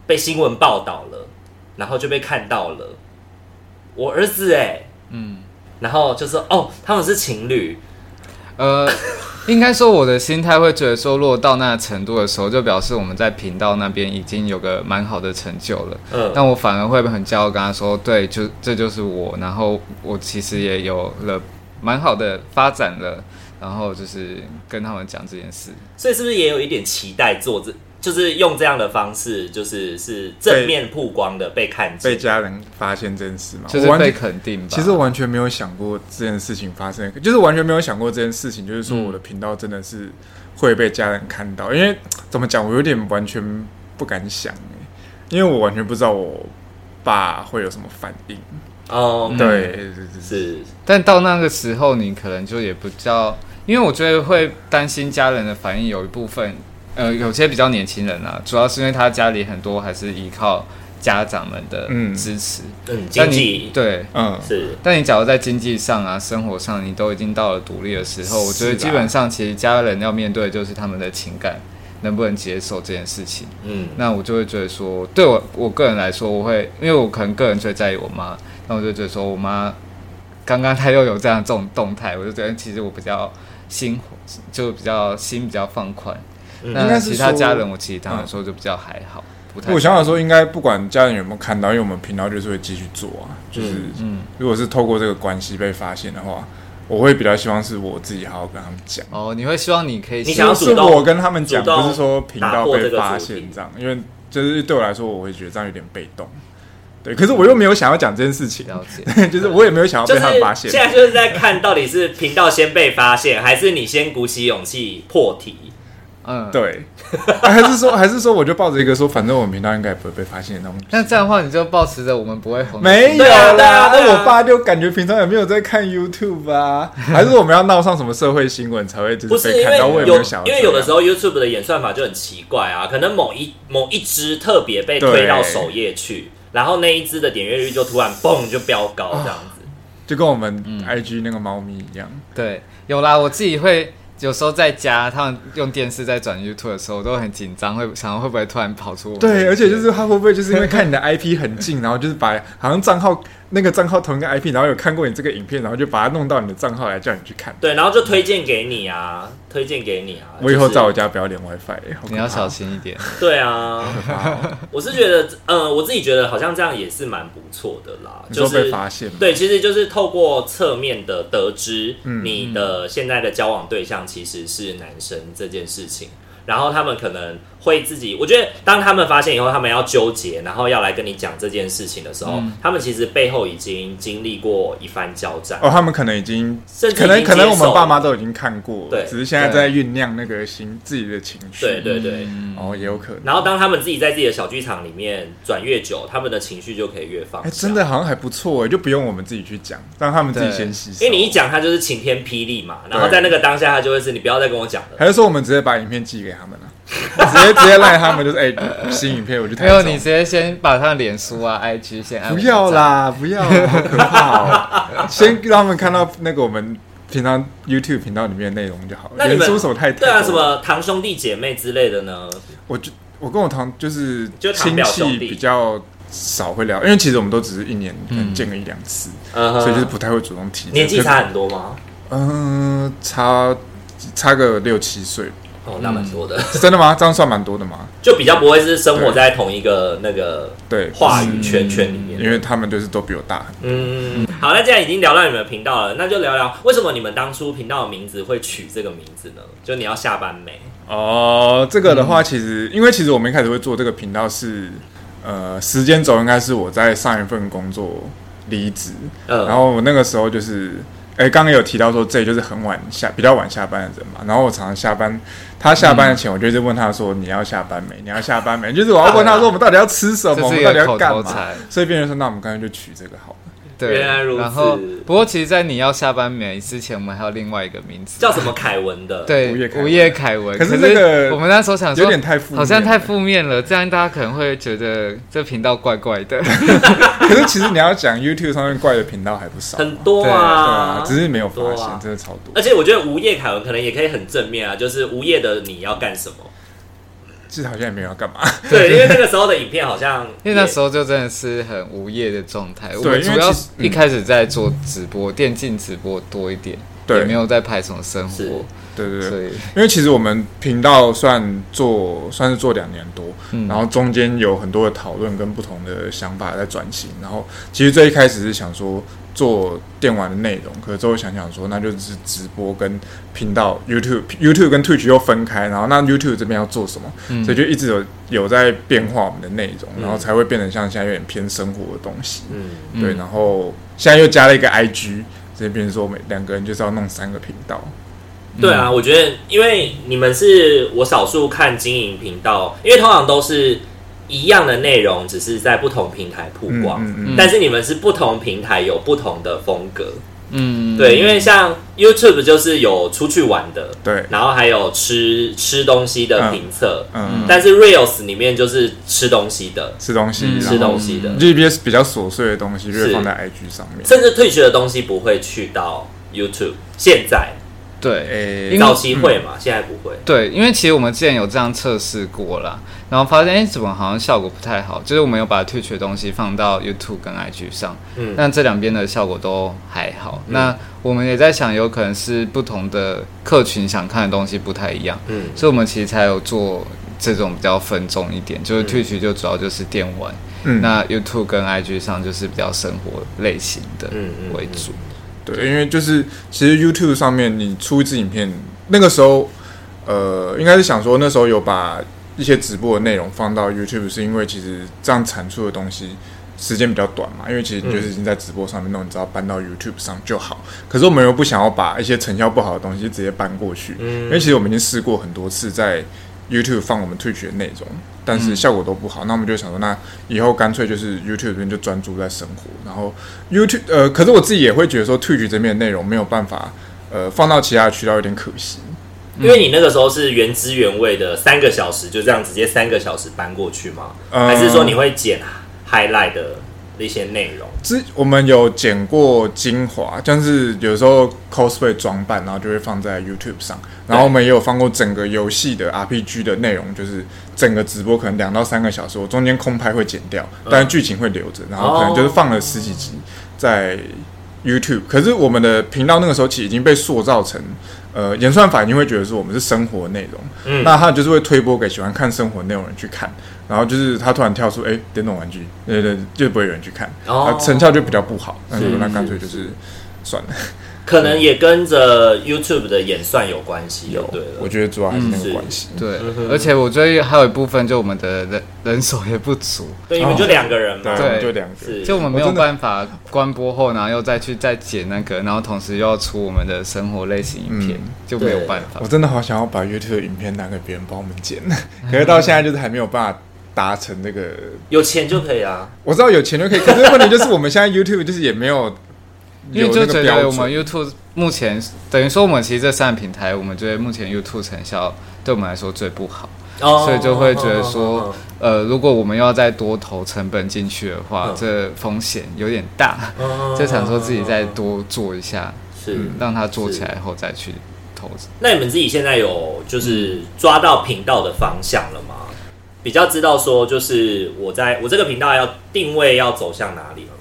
S2: 被新闻报道了，然后就被看到了。我儿子哎、
S3: 嗯，
S2: 然后就是哦，他们是情侣，
S3: 呃，应该说我的心态会觉得说，如果到那程度的时候，就表示我们在频道那边已经有个蛮好的成就了。
S2: 嗯，
S3: 但我反而会很骄傲，跟他说，对，就这就是我，然后我其实也有了蛮好的发展了，然后就是跟他们讲这件事。
S2: 所以是不是也有一点期待做这，就是用这样的方式，就是是正面曝光的被看
S4: 被
S2: 见，
S4: 家人发现这件事嘛，
S3: 就是
S4: 我完
S3: 被
S4: 全
S3: 肯定吧。
S4: 其实我完全没有想过这件事情发生，就是完全没有想过这件事情，就是
S3: 嗯
S4: 说我的频道真的是会被家人看到，因为怎么讲，我有点完全不敢想、欸，因为我完全不知道我爸会有什么反应。
S2: 哦，
S4: 对，对对对
S2: 是
S3: 但到那个时候，你可能就也不叫，因为我觉得会担心家人的反应，有一部分，呃，有些比较年轻人啊，主要是因为他家里很多还是依靠家长们的
S4: 嗯
S3: 支持，
S2: 嗯，经
S3: 但你
S2: 济
S3: 对。
S4: 嗯，
S2: 是
S3: 但你假如在经济上啊、生活上，你都已经到了独立的时候，我觉得
S4: 是啊
S3: 基本上其实家人要面对的就是他们的情感能不能接受这件事情。
S2: 嗯
S3: 那我就会觉得说，对我我个人来说，我会因为我可能个人最在意我妈，那我就觉得说我妈刚刚她又有这样这种动态，我就觉得其实我比较心就比较心比较放宽。
S2: 嗯
S4: 应
S3: 那
S4: 该是
S3: 其他
S4: 说嗯
S3: 家人，我其实他们说就比较还好，不太
S4: 我想想说，应该不管家人有没有看到，因为我们频道就是会继续做啊。就是，
S3: 嗯
S4: 如果是透过这个关系被发现的话，我会比较希望是我自己好好跟他们讲。
S3: 哦，你会希望你可以
S2: 你想要
S4: 是
S2: 主动
S4: 我跟他们讲，
S2: 主动
S4: 不是说频道被发现这样，因为就是对我来说，我会觉得这样有点被动。对，可是我又没有想要讲这件事情，
S3: 了解。
S4: 就是我也没有想要
S2: 就
S4: 被
S2: 是
S4: 他们发现。
S2: 现在就是在看到底是频道先被发现，还是你先鼓起勇气破题？
S3: 嗯，。
S4: 对，啊还是说还是说，我就抱着一个说，反正我们频道应该也不会被发现的那种。
S3: 那这样的话，你就保持着我们不会红的
S4: 没
S3: 心。
S4: 有
S2: 对啊对
S4: 啦
S2: 啊，对啊
S4: 那我爸就感觉平常也没有在看 YouTube 啊，还是我们要闹上什么社会新闻才会就
S2: 不
S4: 是
S2: 是
S4: 被
S2: 因
S4: 看
S2: 为
S4: 到？我也没
S2: 有
S4: 有想，啊
S2: 因为有的时
S4: 候
S2: 候 YouTube 的演算法就很奇怪啊，可能某一某一支特别被推到首页去，然后那一支的点阅率就突然嘣就飙高这样子。
S4: 就跟我们 IG 那个猫咪一样，
S3: 对，有啦，我自己会有时候在家，他们用电视在转 YouTube 的时候，我都很紧张，会想会不会突然跑出我们的
S4: 对，而且就
S3: 影
S4: 是他会不会就是因为看你的 IP 很近，然后就是把好像账号那个账号同一个 IP，然后有看过你这个影片，然后就把它弄到你的账号来叫你去看。
S2: 对，然后就推荐给你啊，推荐给你啊。
S4: 我以后
S2: 就是
S4: 在我家不要连 WiFi，好可怕
S3: 片你要小。心一点。
S2: 对 啊，我是觉得，嗯、我自己觉得好像这样也是蛮不错的啦，
S4: 你
S2: 就
S4: 说被
S2: 是
S4: 发现吗？
S2: 对，其实就是透过侧面的得知
S4: 嗯
S2: 你的现在的交往对象其实是男生这件事情，然后他们可能会自己，我觉得当他们发现以后，他们要纠结，然后要来跟你讲这件事情的时候，
S4: 嗯
S2: 他们其实背后已经经历过一番交战，
S4: 哦，他们可能已经
S2: 甚至
S4: 可
S2: 已
S4: 能
S2: 经
S4: 可能
S2: 接
S4: 我们
S2: 受
S4: 爸
S2: 了
S4: 妈都已经看过，
S2: 对
S4: 只是现在在酝酿那个心自己的情绪，
S2: 对对对。
S4: 哦，也有可能。
S2: 然后，当他们自己在自己的小剧场里面转越久，他们的情绪就可以越放
S4: 哎、
S2: 下。
S4: 真的好像还不错哎，就不用我们自己去讲，让他们自己先吸收。
S2: 因为你一，讲，他就是晴天霹雳嘛，然后
S4: 对
S2: 在那个当下，他就会是你不要再跟我讲了。
S4: 还是说我们直接把影片寄给他们了、 直接直接赖他们就是哎、新影片我去台
S3: 没
S4: 中。
S3: 有，你直接先把他的脸书啊、IG 先按。
S4: 不要，啦，不要，好可怕哦！ 先让他们看到那个我们平常 YouTube 频道里面的内容就好了。
S2: 那你
S4: 脸
S2: 们
S4: 书什么太
S2: 对啊，
S4: 太
S2: 什
S4: 多了
S2: 么堂兄弟姐妹之类的呢？
S4: 我就我跟我堂就是
S2: 就堂
S4: 亲
S2: 表
S4: 戚
S2: 兄弟
S4: 比较少会聊，因为其实我们都只是一年可能见个一两次，
S2: 嗯哼
S4: 所以就是不太会主动提。
S2: 年纪
S4: 可是
S2: 差很多吗？
S4: 嗯、差差个六七岁，
S2: 哦，那蛮多的，
S4: 真的吗？ 这样算蛮多的吗？
S2: 就比较不会是生活在同一个那个
S4: 对，
S2: 话语圈圈里面。
S4: 因为他们就是都比我大很多。
S2: 嗯，好，那既然已经聊到你们的频道了，那就聊聊为什么你们当初频道的名字会取这个名字呢？就你要下班没？
S4: 哦，这个的话，其实、因为其实我们一开始会做这个频道是，呃，时间轴应该是我在上一份工作离职，
S2: 嗯
S4: 然后我那个时候就是，哎、刚刚有提到说这就是很晚下比较晚下班的人嘛，然后我常常下班，他下班前我就一直问他说你要下班没？你要下班没？就是我要问他说我们到底要吃什么，
S3: 这
S4: 我
S3: 是
S4: 们
S3: 一
S4: 到底
S3: 个
S4: 要
S3: 口
S4: 干
S3: 头
S4: 嘛？
S3: 禅。
S4: 所以别人说那我们干脆就取这个好了，
S3: 对，
S2: 原来如此
S3: 然后，不过其实，在你要下班没之前，我们还有另外一个名字，
S2: 叫什么凯文的？，
S3: 对
S4: 午夜凯文
S3: 午夜凯文。
S4: 可是
S3: 是
S4: 那个
S3: 我们那时候想说，
S4: 有点太负面了
S3: 好像太负面了，这样大家可能会觉得这频道怪怪的。
S4: 可是其实你要讲 YouTube 上面怪的频道还不少，
S2: 很多
S4: 对
S2: 啊
S4: 啊，，只是没有
S2: 很
S4: 发
S2: 多
S4: 现，
S2: 啊
S4: 真的超多。
S2: 而且我觉得无业凯文可能也可以很正面啊，就是无业的你要干什么？
S4: 其实好像也没有要干嘛。
S2: 对，因为那个时候的影片好像
S3: 因为那时候就真的是很无业的状态，我
S4: 对
S3: 们
S4: 因为
S3: 主要
S4: 其实嗯
S3: 一开始在做直播，电竞直播多一点，
S4: 对
S3: 也没有在拍什么生
S2: 是
S3: 活，
S4: 对对
S3: 所
S4: 对，
S3: 以
S4: 因为其实我们频道算做算是做两年多，
S3: 嗯
S4: 然后中间有很多的讨论跟不同的想法在转型，然后其实最一开始是想说做电玩的内容，可是最后想想说那就是直播跟频道 YouTube YouTube 跟 Twitch 又分开，然后那 YouTube 这边要做什么，
S3: 嗯
S4: 所以就一直有有在变化我们的内容，然后才会变成像现在有点偏生活的东西，
S2: 嗯，
S4: 对，
S3: 嗯
S4: 然后现在又加了一个 IG，所以变成说每两个人就是要弄三个频道。
S3: 嗯
S2: 对啊，我觉得，因为你们是我少数看经营频道，因为通常都是一样的内容，只是在不同平台曝光。
S4: 嗯嗯
S3: 嗯
S2: 但是你们是不同平台有不同的风格，
S3: 嗯，
S2: 对，因为像 YouTube 就是有出去玩的，
S4: 对，
S2: 然后还有吃吃东西的评测，
S4: 嗯，
S2: 但是 Reels 里面就是吃东西的，
S4: 吃东西，
S3: 嗯
S4: 然后
S2: 吃东西的，
S4: GPS 比较琐碎的东西就会
S2: 是
S4: 放在 IG 上面。
S2: 甚至退学的东西不会去到 YouTube。现在
S3: 对
S4: 诶、
S3: 因为
S2: 早期会嘛，现在不会。
S3: 对，因为其实我们之前有这样测试过啦，然后发现哎、诶怎么好像效果不太好，就是我们有把 Twitch 的东西放到 YouTube 跟 IG 上，
S2: 嗯
S3: 那这两边的效果都还好。那我们也在想，有可能是不同的客群想看的东西不太一样，
S2: 嗯，
S3: 所以我们其实才有做这种比较分众一点，就是
S2: 嗯
S3: Twitch 就主要就是电玩，
S4: 嗯
S3: 那 YouTube 跟 IG 上就是比较生活类型的
S2: 嗯嗯
S3: 为主。
S4: 对，因为就是其实 YouTube 上面你出一支影片，那个时候呃，应该是想说那时候有把一些直播的内容放到 YouTube，是因为其实这样产出的东西时间比较短嘛，因为其实你就是已经在直播上面弄，你只要搬到 YouTube 上就好。可是我们又不想要把一些成效不好的东西直接搬过去，因为其实我们已经试过很多次在 YouTube 放我们 Twitch 的内容，但是效果都不好。那我们就想说，那以后干脆就是 YouTube 这边就专注在生活，然后 YouTube 呃，可是我自己也会觉得说 Twitch 这边的内容没有办法呃放到其他的渠道有点可惜。
S2: 因为你那个时候是原汁原味的三个小时，就这样直接三个小时搬过去吗？
S4: 嗯
S2: 还是说你会剪 highlight 的一些内容？
S4: 之我们有剪过精华，像是有时候 cosplay 装扮，然后就会放在 YouTube 上。然后我们也有放过整个游戏的 RPG 的内容，就是整个直播可能两到三个小时，我中间空拍会剪掉，但是剧情会留着，然后可能就是放了十几集在 YouTube。可是我们的频道那个时候其实已经被塑造成，呃，演算法已经会觉得说我们是生活内容，
S2: 嗯
S4: 那他就是会推播给喜欢看生活内容的人去看。然后就是他突然跳出，哎、电动玩具，对对，就不会有人去看，
S2: 哦
S4: 啊成效就比较不好。那
S2: 是
S4: 那干脆就是算了，
S2: 可能也跟着 YouTube 的演算有关系，就对
S4: 我
S2: 了。
S4: 觉得主要还是那
S2: 嗯是
S4: 个关系。
S3: 对，而且我觉得还有一部分就我们的人人手也不足，
S2: 对，你们就两个人嘛，
S4: 对，我们
S3: 对
S4: 就两个。
S2: 是
S3: 就我们没
S4: 我
S3: 有
S4: 真的
S3: 办法关播后，然后又再去再剪那个，然后同时又要出我们的生活类型影片，就没有办法
S4: 我。真的好想要把 YouTube 的影片拿给别人帮我们剪，
S2: 嗯
S4: 可是到现在就是还没有办法达成这个。
S2: 有钱就可以啊。
S4: 我知道有钱就可以，可是问题就是我们现在 YouTube 就是也没有
S3: 因
S4: 有
S3: 为
S4: 那
S3: 就
S4: 个
S3: 觉
S4: 标
S3: 得
S4: 准，
S3: 我们 YouTube 目前等于说我们其实这三个平台，我们觉得目前 YouTube 成效对我们来说最不好。
S2: 哦
S3: 所以就会觉得说，呃，如果我们要再多投成本进去的话
S2: 嗯，
S3: 这风险有点大，
S2: 嗯
S3: 就想说自己再多做一下，
S2: 是。
S3: 让它做起来后再去投资。
S2: 那你们自己现在有就是抓到频道的方向了吗？比较知道说，就是我在我这个频道要定位要走向哪里了吗？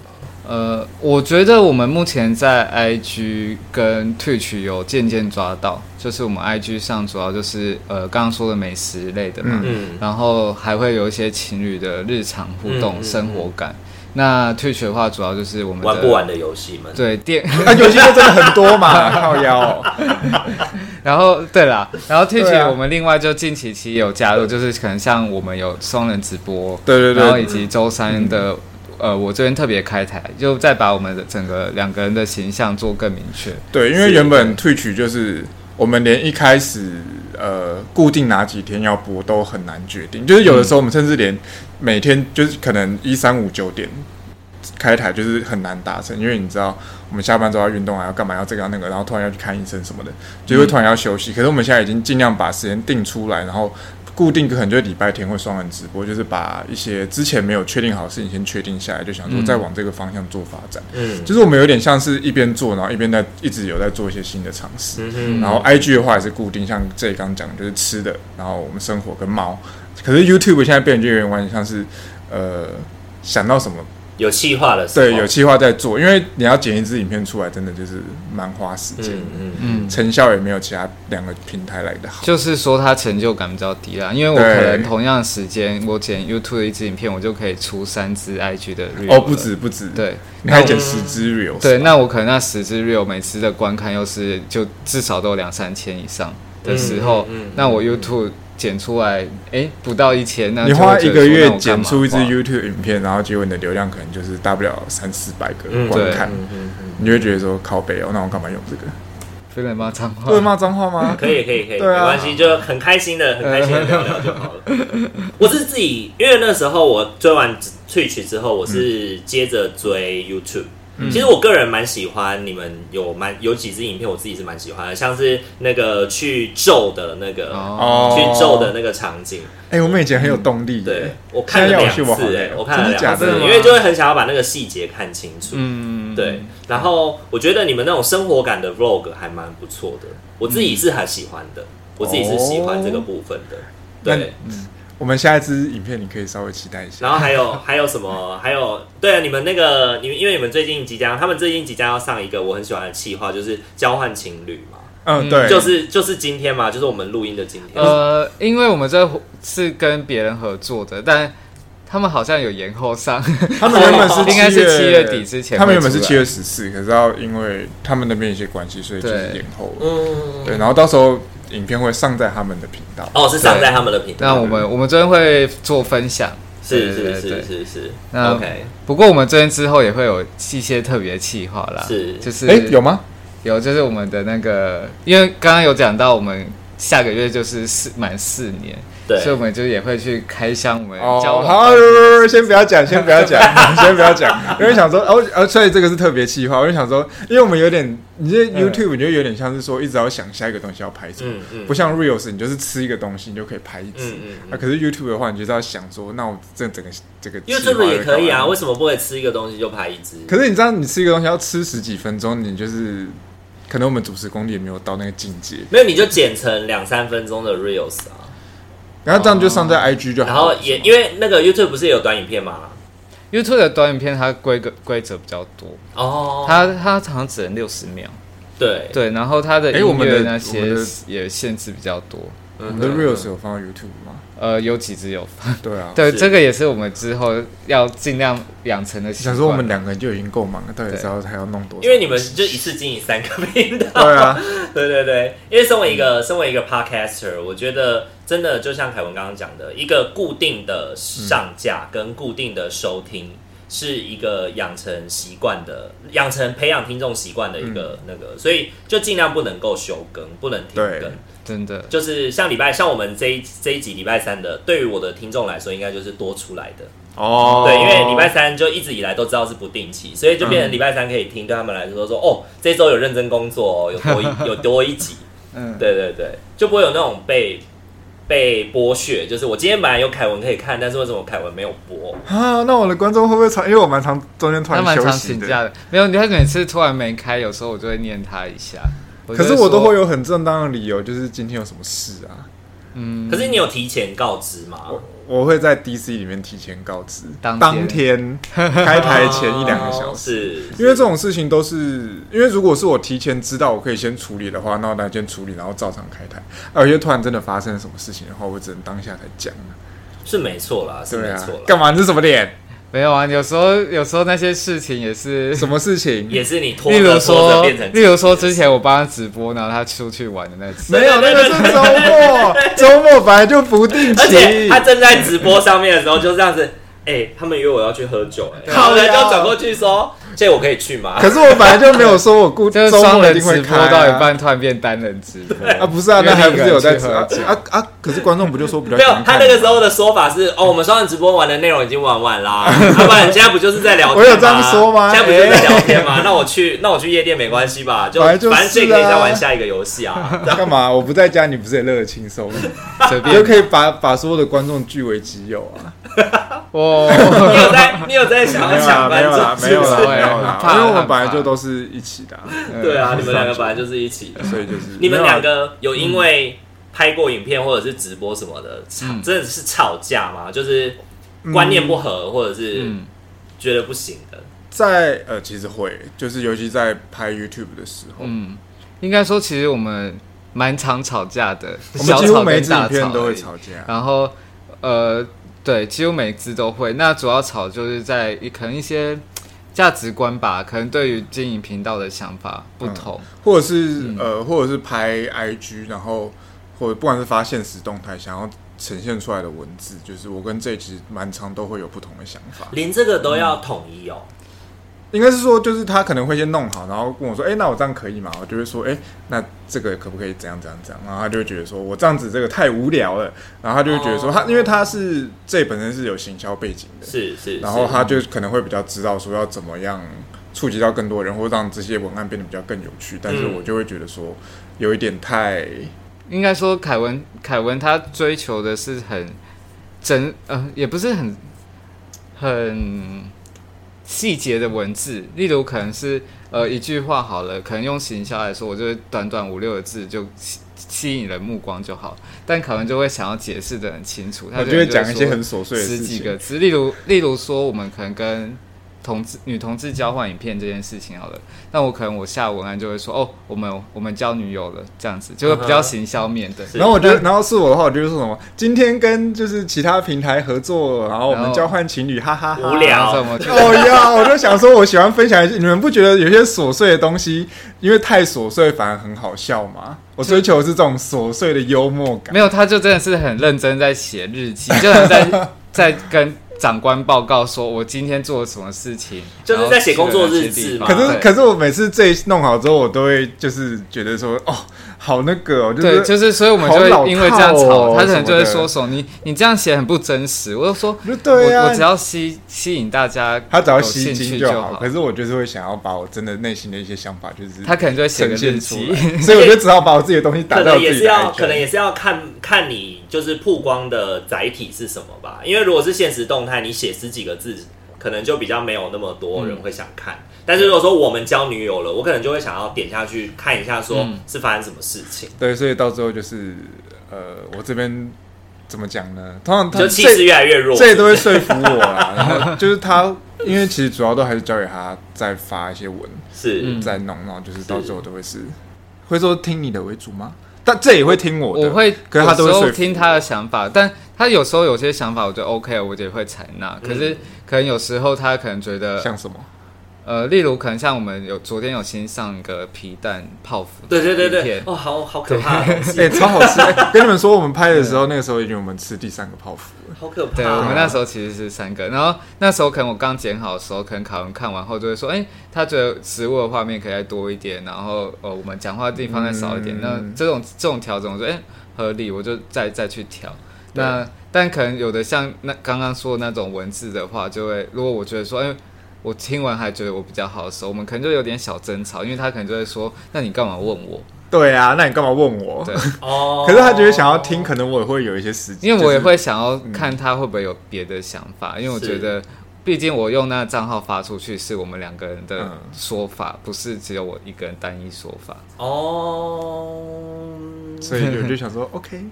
S3: 呃，我觉得我们目前在 IG 跟 Twitch 有渐渐抓到，就是我们 IG 上主要就是呃刚刚说的美食类的嘛，
S2: 嗯，
S3: 然后还会有一些情侣的日常互动、
S2: 嗯嗯
S3: 生活感。那 Twitch 的话，主要就是我们的
S2: 玩不玩的游戏们，
S3: 对电。
S4: 啊，游戏就真的很多嘛，靠腰哦、
S3: 然后对啦，然后 Twitch、
S4: 对啊
S3: 我们另外就近期其实有加入，就是可能像我们有双人直播，
S4: 对对对
S3: 然后以及周三的、
S2: 嗯
S3: 呃，我这边特别开台，就再把我们的整个两个人的形象做更明确。
S4: 对，因为原本退取就是我们连一开始呃固定哪几天要播都很难决定，就是有的时候我们甚至连每天就是可能一三五九点开台就是很难达成，因为你知道我们下班之后要运动啊，要干嘛要这个要那个，然后突然要去看医生什么的，就会突然要休息。可是我们现在已经尽量把时间定出来，然后。固定可能就是礼拜天会双人直播，就是把一些之前没有确定好的事情先确定下来，就想说再往这个方向做发展。
S2: 嗯
S4: 就是我们有点像是一边做，然后一边在一直有在做一些新的尝试。
S2: 嗯哼，
S4: 然后 IG 的话也是固定，像这里刚讲的就是吃的，然后我们生活跟猫。可是 YouTube 现在变得就有点完全像是呃想到什么，
S2: 有气化的时候，
S4: 对，有计划在做，因为你要剪一支影片出来，真的就是蛮花时间
S2: 嗯，嗯嗯，
S3: 嗯，
S4: 成效也没有其他两个平台来的好。
S3: 就是说它成就感比较低啦，因为我
S4: 对
S3: 可能同样时间我剪 YouTube 的一支影片，我就可以出三支 IG 的 reel
S4: 哦，不
S3: 了
S4: 止不止，，
S3: 对。
S4: 你还剪十支 reels，
S3: 对，那我可能那十支 real 每次的观看又是就至少都有两三千以上的时候，
S2: 嗯嗯嗯
S3: 那我 YouTube 剪出来，哎、不到一千，那
S4: 你
S3: 就会
S4: 花一
S3: 觉得
S4: 个
S3: 说那
S4: 月
S3: 我干
S4: 剪
S3: 嘛
S4: 出一支
S3: 花
S4: YouTube 影片，然后结果你的流量可能就是大不了三四百个
S2: 嗯
S4: 观
S3: 对
S4: 看，
S2: 嗯嗯嗯
S4: 你就会觉得说靠北哦，那我干嘛用这个？
S3: 不能骂脏话，
S4: 会骂脏话 吗？
S2: 可以可以可以，
S4: 对啊
S2: 没关系，就很开心的，很开心的聊聊就好了。 我是自己，因为那时候我追完 Twitch 之后，我是接着追 YouTube。其
S4: 嗯
S2: 实我个人蛮喜欢你们有蛮有几支影片，我自己是蛮喜欢的，像是那个去咒的那个、
S3: 哦
S2: 去咒的那个场景，
S4: 哎、我们以前很有动
S3: 嗯
S4: 力耶，
S2: 对我看了
S4: 现在
S2: 两
S4: 要我去我好
S2: 次、
S4: 累
S2: 哎
S4: 哦，
S2: 我看了
S4: 真的假
S2: 两
S4: 的
S2: 次，
S3: 真的吗
S2: 因为就会很想要把那个细节看清楚。
S3: 嗯，
S2: 对，，然后我觉得你们那种生活感的 vlog 还蛮不错的，我自己是很喜欢的，我自己是喜欢这个部分的。
S4: 那
S2: 对，
S4: 我们下一支影片你可以稍微期待一下。
S2: 然后还有 还有什么？还有对啊，你们那个你们因为你们最近即将，他们最近即将要上一个我很喜欢的企划，就是交换情侣嘛，
S4: 嗯，对，
S2: 就是就是今天嘛，
S3: 嗯
S2: 就是我们录音的今天。
S3: 呃，因为我们这是跟别人合作的，但他们好像有延后上，
S4: 他们原本是
S3: 应该是七月底之前会出来，
S4: 他们原本是七月十四，可是要因为他们那边一些关系，所以就是
S3: 对
S4: 延后了。
S2: 嗯，
S4: 对，然后到时候影片会上在他们的频道。
S2: 哦，是上在他们的频
S3: 那
S2: 道，
S3: 我们我们这边会做分享，
S2: 是
S3: 对
S2: 是
S3: 对
S2: 是
S3: 对
S2: 是是
S3: 那
S2: ，OK，
S3: 不过我们这边之后也会有一些特别企划啦，
S2: 是
S3: 就是
S4: 哎、有吗？
S3: 有就是我们的那个，因为刚刚有讲到我们下个月就是四满四年，
S2: 对
S3: 所以我们就也会去开箱我们
S4: 哦
S3: 交，往
S4: 好
S3: 关系、，
S4: 先不要讲，先不要讲，先不要讲，因为想说，哦，呃，所以这个是特别计划，我就想说，因为我们有点，你这 YouTube 你就有点像是说一直要想下一个东西要拍什么，
S2: 嗯嗯
S4: 不像 Reels 你就是吃一个东西你就可以拍一次，
S2: 嗯嗯
S4: 啊，可是 YouTube 的话，你就是要想说，那我这整个这个计划
S2: ，YouTube 也可以
S4: 要干
S2: 啊，
S4: 嘛
S2: 为什么不可以吃一个东西就拍一支？
S4: 可是你知道，你吃一个东西要吃十几分钟，你就是可能我们主持功力也没有到那个境界，
S2: 没有，你就剪成两三分钟的 reels 啊，
S4: 然后这样就上在 IG 就好
S2: 然
S4: 了。
S2: 后也因为那个 YouTube 不是也有短影片吗？
S3: YouTube 的短影片它规格规则比较多，
S2: 哦，
S3: 它它好像只能六十秒，
S2: 对，
S3: 对，然后它的
S4: 哎我
S3: 音
S4: 们
S3: 乐
S4: 的
S3: 那
S4: 我
S3: 些
S4: 们的
S3: 也限制比较多，
S4: 我
S2: 我
S4: 们的 Reels 有放到 YouTube 吗？
S3: 呃，有几支有放，
S4: 对啊，
S3: 对，
S2: 哦是
S3: 这个也是我们之后要尽量养成的习惯。
S4: 想说我们两个人就已经够忙了，到底
S3: 对
S4: 知道还要弄多少？
S2: 因为你们就一次经营三个频道，
S4: 对 啊，
S2: 对对对，因为身为一个身为一个 podcaster，我觉得真的就像凯文刚刚讲的，一个固定的上架跟固定的收听，是一个养成习惯的、养成培养听众习惯的一个
S4: 嗯
S2: 那个，所以就尽量不能够休更，不能停更
S4: 对。
S3: 真的
S2: 就是像礼拜，像我们这一这一集礼拜三的，对于我的听众来说，应该就是多出来的。
S4: 哦
S2: 对，因为礼拜三就一直以来都知道是不定期，所以就变成礼拜三可以听，对他们来说说哦，这周有认真工作哦，有多一有多一集，
S3: 嗯
S2: 对对对，就不会有那种被被剥削，就是我今天本来有凯文可以看，但是为什么凯文没有播？
S4: 啊，那我的观众会不会常？因为我蛮常中间突
S3: 他
S4: 然
S3: 蛮
S4: 休
S3: 常
S4: 息
S3: 请
S4: 的，
S3: 假的，没有，他每次突然没开，有时候我就会念他一下。
S4: 可是
S3: 就
S4: 我都会
S3: 说，
S4: 有很正当的理由，就是今天有什么事啊，
S3: 嗯，
S2: 可是你有提前告知吗？
S4: 我会在 DC 里面提前告知，
S3: 当
S4: 当 天开台前一两个小时。
S2: 时
S4: 因为这种事情都是，因为如果是我提前知道我可以先处理的话，那我当然先处理，然后照常开台。啊而且突然真的发生了什么事情的话，我只能当下才讲。
S2: 是没错啦，是
S4: 对
S2: 没
S4: 啊
S2: 错，啦，
S4: 干嘛？你是什么脸？
S3: 没有啊，有时候有时候那些事情也是，
S4: 什么事情？
S2: 也是你拖
S3: 例如
S2: 着拖着
S3: 说
S2: 变成，
S3: 例如说之前我帮他直播，然后他出去玩的那次，
S4: 没有，那个是周末，周末本来就不定
S2: 而且
S4: 期
S2: 他。正在直播上面的时候就这样子，哎、他们约我要去喝酒、哎，好人就转过去说，这我可以去吗？
S4: 啊可是我本来就没有说我固
S3: 啊 就是
S4: 周
S3: 双
S4: 末一
S3: 人
S4: 定会
S3: 直播
S4: 开啊
S3: 到一半突然变单人直 播，
S4: 啊，不是啊，
S3: 因为
S4: 那还
S3: 另
S4: 不
S3: 一个
S4: 是有在
S3: 人去喝
S4: 啊
S3: 酒
S4: 啊啊！可是观众不就说比较
S2: 没
S4: 喜
S2: 有
S4: 欢，
S2: 他那
S4: 看
S2: 个时候的说法是，哦，我们双人直播完的内容已经玩 完啦，要、不然现在不就是在聊天吗？
S4: 我有这样说吗哎
S2: 现在不就是在聊天吗？那我去，那我去夜店没关系吧？就
S4: 本来就是啊
S2: 反正这可以再玩下一个游戏 啊。
S4: 干嘛？我不在家，你不是也乐得轻松？
S3: 随
S4: 你就
S3: 便
S4: 可以把把所有的观众据为己有 啊！
S3: 我
S2: 你有在，你有在想
S4: 没
S2: 要
S4: 有
S2: 抢
S4: 啦，没
S2: 观
S4: 有啦，
S2: 众？
S4: 没有啦，
S3: 是不是
S4: 没有啦，
S3: 怕
S4: 因为我们本来就都是一起的啊、
S2: 对啊，你们两个本来就是一起。
S4: 所以就是
S2: 你们两
S4: 没有啦啊
S3: 啊
S2: 个有因为拍过影片或者是直播什么的，吵
S3: 嗯
S2: 真的是吵架吗？就是
S4: 嗯
S2: 观念不合，或者是
S3: 嗯，
S2: 觉得不行的。
S4: 在呃，其实会，就是尤其在拍 YouTube 的时候，
S3: 嗯，应该说其实我们蛮常吵架的，
S4: 我们
S3: 小
S4: 几
S3: 吵
S4: 乎每一
S3: 跟
S4: 支
S3: 大
S4: 影
S3: 吵
S4: 片都
S3: 而
S4: 会
S3: 已
S4: 吵架。
S3: 然后呃，对，几乎每一次都会。那主要吵就是在一可能一些嘖价值观吧，可能对于经营频道的想法不
S4: 嗯
S3: 同。
S4: 或者是、呃，或者是拍 IG，然后或者不管是发现实动态，想要呈现出来的文字，就是我跟这其实蛮常都会有不同的想 法。
S2: 连这个都要统一哦。
S4: 应该是说，就是他可能会先弄好，然后跟我说：“哎、那我这样可以吗？”我就会说：“哎、那这个可不可以怎样怎样怎样？”然后他就会觉得说：“我这样子这个太无聊了。”然后他就会觉得说：“
S2: 哦
S4: 他因为他是这本身是有行销背景的，
S2: 是是，
S4: 然后
S2: 是
S4: 他就可能会比较知道说要怎么样触及到更多人，或让这些文案变得比较更有趣。但是
S2: 嗯
S4: 我就会觉得说，有一点太……
S3: 应该说，凯文凯文他追求的是很真，呃，也不是很很细节的文字，例如可能是呃一句话好了，可能用行销来说，我就是短短五六个字就吸吸引人目光就好，但凯文就会想要解释的很清楚，他
S4: 我
S3: 可
S4: 就会
S3: 能
S4: 讲一些
S3: 说
S4: 很琐碎的
S3: 十
S4: 事
S3: 几
S4: 情
S3: 个。字，例如例如说我们可能跟同志女同志交换影片这件事情好了，那我可能我下文案就会说哦，我们我们交女友了这样子，就会比较行销面的。
S2: 是
S4: 然后我觉得，然后是我的话，我就会说什么，今天跟就是其他平台合作，然后我
S3: 然
S4: 们
S3: 后
S4: 交换情侣，哈哈哈
S2: 无。聊
S3: 然后什么就
S4: 哦呀，我就想说，我喜欢分享一些，你们不觉得有些琐碎的东西，因为太琐碎反而很好笑吗？我追求的是这种琐碎的幽默感。
S3: 没有，他就真的是很认真在写日记， 就很在在跟长官报告说，我今天做了什么事情，
S2: 就是在写工作日
S3: 志
S2: 志嘛
S4: 可是，
S3: 是
S4: 可是我每次这一弄好之后，我都会就是觉得说，哦，好那个、哦，就
S3: 对，
S4: 是
S3: 就是，所以我们就
S4: 好老套
S3: 会因为这样吵，
S4: 哦
S3: 他可能就会说
S4: 什
S3: 什么你你这样写很不真实。我就说，
S4: 就对啊
S3: 我我只要吸吸引大家，
S4: 他只要
S3: 有
S4: 吸
S3: 兴
S4: 睛
S3: 趣就
S4: 好。可是我就是会想要把我真的内心的一些想法，就是
S3: 他可能就会写个
S4: 呈现
S3: 日
S4: 出
S3: 记
S4: 来，， 所以我就只好把我自己的东西打
S2: 可
S4: 到
S2: 能
S4: 我自
S2: 也是
S4: 己的
S2: 要，
S4: IG
S2: 可能也是要看看你就是曝光的载体是什么吧。因为如果是现实动态，你写十几个字，可能就比较没有那么多
S3: 嗯
S2: 人会想看。但是如果说我们交女友了，我可能就会想要点下去看一下，说
S3: 嗯
S2: 是发生什么事情，
S4: 对，所以到最后就是呃，我这边怎么讲呢？通常他
S2: 就气势
S4: 这
S2: 越来越弱。
S4: 这也都会说服我啦。然后就是他，因为其实主要都还是交给他在发一些文，
S2: 是、
S3: 嗯
S4: 在弄，然后就是到最后都会是会说听你的为主吗？但这也会听我的，
S3: 我会，
S4: 可是他都会
S3: 有时
S4: 说
S3: 候
S4: 服
S3: 听他的想法，但他有时候有些想法，我觉得 OK，我也会采纳。可是可能有时候他可能觉得，
S4: 嗯像什么？
S3: 呃，例如可能像我们有昨天有新上一个皮蛋泡芙，
S2: 对对对对，，哦，好好可怕的东西，
S4: 哎、超好吃！哎 跟你们说，我们拍的时候，那个时候已经我们吃第三个泡芙了。
S2: 好可怕。
S3: 对我们那时候其实是三个，然后那时候可能我刚剪好的时候，可能考文看完后就会说，哎、他觉得食物的画面可以再多一点，然后呃我们讲话的地方再少一点，
S4: 嗯
S3: 那这种这种调整，我觉得哎、合理，我就再再去调。那但可能有的像那刚刚说的那种文字的话，就会如果我觉得说，哎、我听完还觉得我比较好的时候，我们可能就有点小争吵，因为他可能就会说，那你干嘛问我？
S4: 对啊，那你干嘛问我？
S3: 对
S2: 哦，
S4: 可是他觉得想要听，可能我也会有一些时间，
S3: 因为我也
S4: 就是嗯
S3: 会想要看他会不会有别的想法，因为我觉得，毕竟我用那个账号发出去是我们两个人的
S4: 嗯
S3: 说法，不是只有我一个人单一说法。
S2: 哦，
S4: 所以我就想说，OK，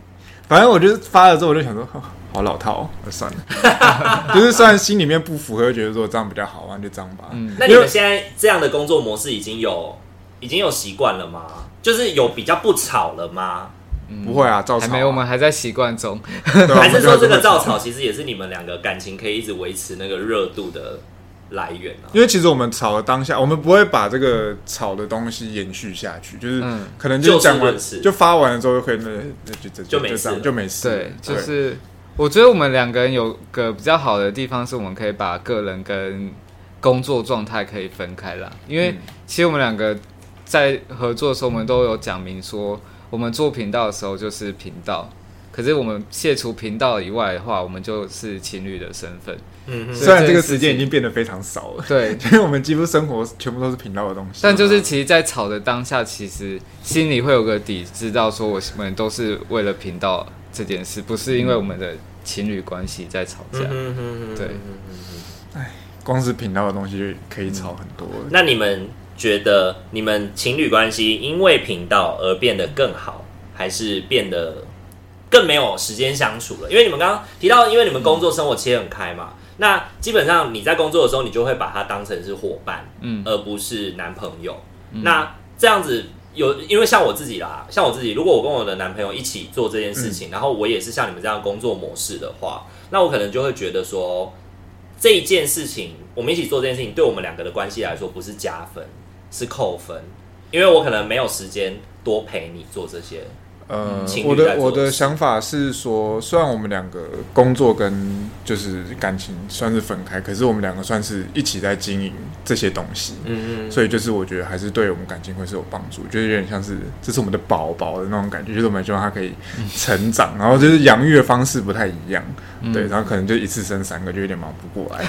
S4: 反正我就是发了之后，我就想说，哦好老套、哦，那算了， 就是虽然心里面不符合，觉得说这样比较好玩，就这样吧。
S3: 嗯
S2: 那你们现在这样的工作模式已经有已经有习惯了吗？就是有比较不吵了吗？
S4: 不会啊，照
S3: 还
S4: 常、啊。
S3: 没，我们还在习惯中。
S4: 对啊
S2: 还是
S4: 我
S2: 说
S4: 们
S2: 这
S4: 就
S2: 个照吵其实也是你们两个感情可以一直维持那个热度的来源啊？
S4: 因为其实我们吵的当下，我们不会把这个吵的东西延续下去，就是
S3: 嗯
S4: 可能就是讲完
S2: 就事论事
S4: 就发完了之后就可以那那就就
S2: 就没
S4: 这
S2: 事
S4: 样就没事了，
S3: 对，就是我觉得我们两个人有个比较好的地方是，我们可以把个人跟工作状态可以分开啦。因为其实我们两个在合作的时候，我们都有讲明说，我们做频道的时候就是频道。可是我们卸除频道以外的话，我们就是情侣的身份。
S2: 嗯哼，
S4: 虽然这个
S3: 所
S4: 时
S3: 以这件事情
S4: 间已经变得非常少了，
S3: 对，
S4: 因为我们几乎生活全部都是频道的东西，
S3: 但就是其实，在吵的当下，其实心里会有个底，知道说我们都是为了频道这件事，不是因为我们的情侣关系在吵架。
S2: 嗯哼哼哼
S3: 对
S4: 光是频道的东西就可以吵很多了。
S2: 那你们觉得你们情侣关系因为频道而变得更好，还是变得更没有时间相处了？因为你们刚刚提到，因为你们工作生活切很开嘛，那基本上你在工作的时候，你就会把它当成是伙伴，
S3: 嗯
S2: 而不是男朋友。那这样子有，因为像我自己啦，像我自己，如果我跟我的男朋友一起做这件事情，然后我也是像你们这样工作模式的话，那我可能就会觉得说，这一件事情我们一起做这件事情，对我们两个的关系来说不是加分，是扣分，因为我可能没有时间多陪你做这些。
S4: 呃
S2: 情，侣
S4: 我
S2: 在
S4: 的
S2: 做
S4: 我
S2: 的
S4: 的
S2: 事
S4: 想法是说，虽然我们两个工作跟就是感情算是分开，可是我们两个算是一起在经营这些东西，
S2: 嗯嗯，
S4: 所以就是我觉得还是对我们感情会是有帮助，就是有点像是这是我们的宝宝的那种感觉，就是我们希望它可以成长，然后就是养育的方式不太一样，对，然后可能就一次生三个就有点忙不 过来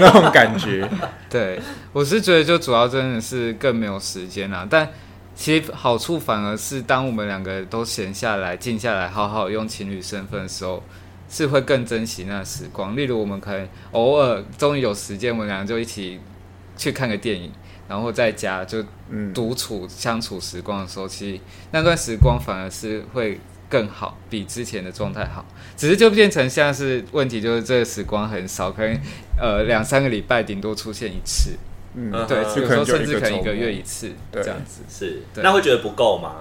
S4: 那种感觉，
S3: 对，我是觉得就主要真的是更没有时间啦，但其实好处反而是当我们两个都闲下来、静下来，好好用情侣身份的时候，是会更珍惜那时光。例如，我们可能偶尔终于有时间，我们两个就一起去看个电影，然后在家就
S4: 嗯，
S3: 独处相处时光的时候，其实那段时光反而是会更好，比之前的状态好。只是就变成像是问题，就是这个时光很少，可能呃两三个礼拜顶多出现一次，
S4: 嗯，
S2: 嗯
S3: 对，
S2: 就
S4: 可
S3: 有时
S4: 能
S3: 候
S4: 就
S3: 甚至可能
S4: 一
S3: 一
S4: 个周末
S3: 个月一次
S4: 对
S3: 这样子。
S2: 是，
S3: 对
S2: 那会觉得不够吗？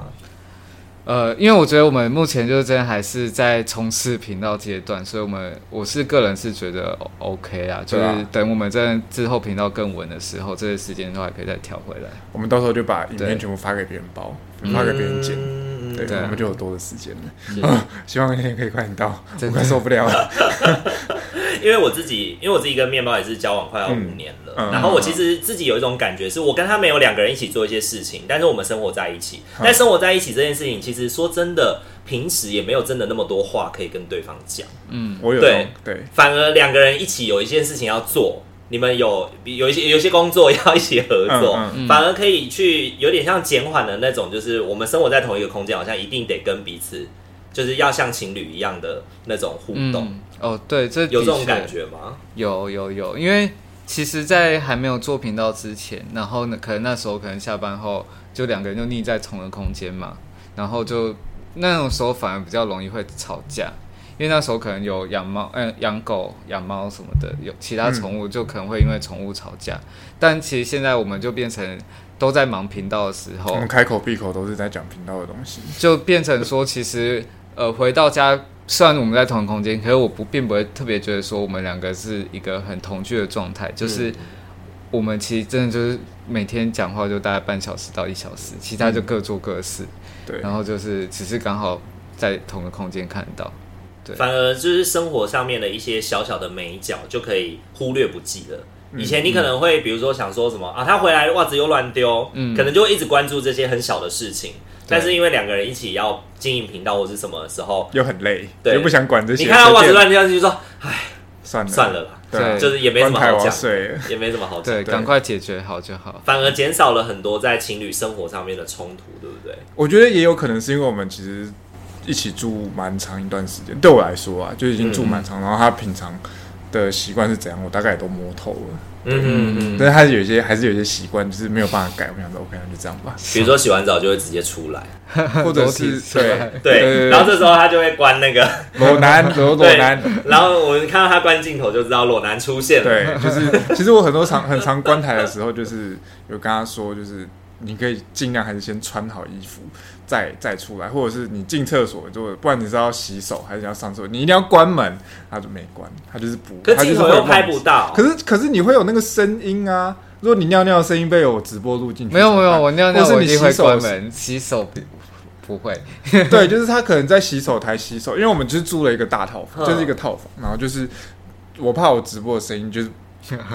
S3: 呃，因为我觉得我们目前就是真的还是在冲刺频道阶段，所以我们我是个人是觉得 O- OK 啊，就
S4: 对啊
S3: 是等我们真的之后频道更稳的时候，这些时间都还可以再调回来。
S4: 我们到时候就把影
S3: 对
S4: 片全部发给别人包，发给别人剪，
S2: 嗯
S4: 对，
S3: 对啊
S4: 我们就有多的时间了。
S2: 是
S4: 希望那天可以看到，我
S3: 真的
S4: 快受不了 了。
S2: 因为我自己，因为我自己跟面包也是交往快要五年了，
S4: 嗯嗯
S2: 然后我其实自己有一种感觉，是我跟他没有两个人一起做一些事情，但是我们生活在一起。但生活在一起这件事情，其实说真的，平时也没有真的那么多话可以跟对方讲，
S3: 嗯，
S4: 我有
S2: 对
S4: 对，
S2: 反而两个人一起有一件事情要做。你们有有一些有一些工作要一起合作，
S4: 嗯
S2: 反而可以去有点像减缓的那种，就是我们生活在同一个空间，好像一定得跟彼此，就是要像情侣一样的那种互动，
S3: 嗯，哦，对，这
S2: 有这
S3: 的
S2: 种
S3: 确
S2: 感觉吗？
S3: 有有有，因为其实，在还没有做频道之前，然后呢，可能那时候可能下班后就两个人就腻在同一个空间嘛，然后就那种时候反而比较容易会吵架，因为那时候可能有养猫，嗯、养狗、养猫什么的，有其他宠物就可能会因为宠物吵架，但其实现在我们就变成都在忙频道的时
S4: 我
S3: 候
S4: 们，开口闭口都是在讲频道的东西。
S3: 就变成说，其实呃，回到家虽然我们在同一个空间，可是我不并不会特别觉得说我们两个是一个很同居的状
S4: 嗯
S3: 态，就是我们其实真的就是每天讲话就大概半小时到一小时，其他就各做各事，
S4: 嗯对，
S3: 然后就是只是刚好在同个空间看到。对
S2: 反而就是生活上面的一些小小的美角就可以忽略不计了。以前你可能会比如说想说什么啊，他回来袜子又乱丢，
S3: 嗯
S2: 可能就会一直关注这些很小的事情。但是因为两个人一起要经营频道或是什么时候，
S4: 又很累，
S2: 对
S4: 又不想管这些。
S2: 你看到袜子
S4: 随便
S2: 乱丢，你就说
S4: 算了
S2: 算了啦，
S4: 对啊，
S3: 对
S2: 就是也没什
S4: 关
S2: 么
S4: 台
S2: 好
S4: 我要
S2: 讲，
S4: 睡了。
S2: 也没什么好讲
S3: 对，，赶快解决好就好。
S2: 反而减少了很多在情侣生活上面的冲突，对不对？
S4: 我觉得也有可能是因为我们其实一起住蛮长一段时间，对我来说啊，就已经住蛮
S2: 嗯
S4: 长。然后他平常的习惯是怎样，我大概也都摸透了。
S2: 嗯嗯嗯。
S4: 但是他有一些还是有一些习惯，就是没有办法改。我想说，OK，那就这样 吧，
S2: 比如说洗完澡就会直接出来，
S4: 或者
S3: 裸
S4: 是
S3: 体出来
S4: 对
S2: 对，然后这时候他就会关那个，
S4: 裸男 裸裸
S2: 对
S4: 男，，
S2: 然后我们看到他关镜头就知道裸男出现了，
S4: 对，就是其实我很多常很常观台的时候，就是有跟他说，就是你可以尽量还是先穿好衣服再再出来，或者是你进厕所，就不然你是要洗手还是要上厕所，你一定要关门，他就没关，他就是不，
S2: 可
S4: 他就
S2: 镜
S4: 是
S2: 头
S4: 会
S2: 又
S4: 忘
S2: 拍
S4: 记
S2: 不。到，
S4: 可是可是你会有那个声音啊，如果你尿尿的声音被我直播录进去，
S3: 没有没有，我尿尿
S4: 或是
S3: 我
S4: 你
S3: 一定会
S4: 洗手
S3: 关
S4: 时
S3: 门，洗手不不会。
S4: 对，就是他可能在洗手台洗手，因为我们就是租了一个大套
S2: 嗯
S4: 房，就是一个套房，然后就是我怕我直播的声音就是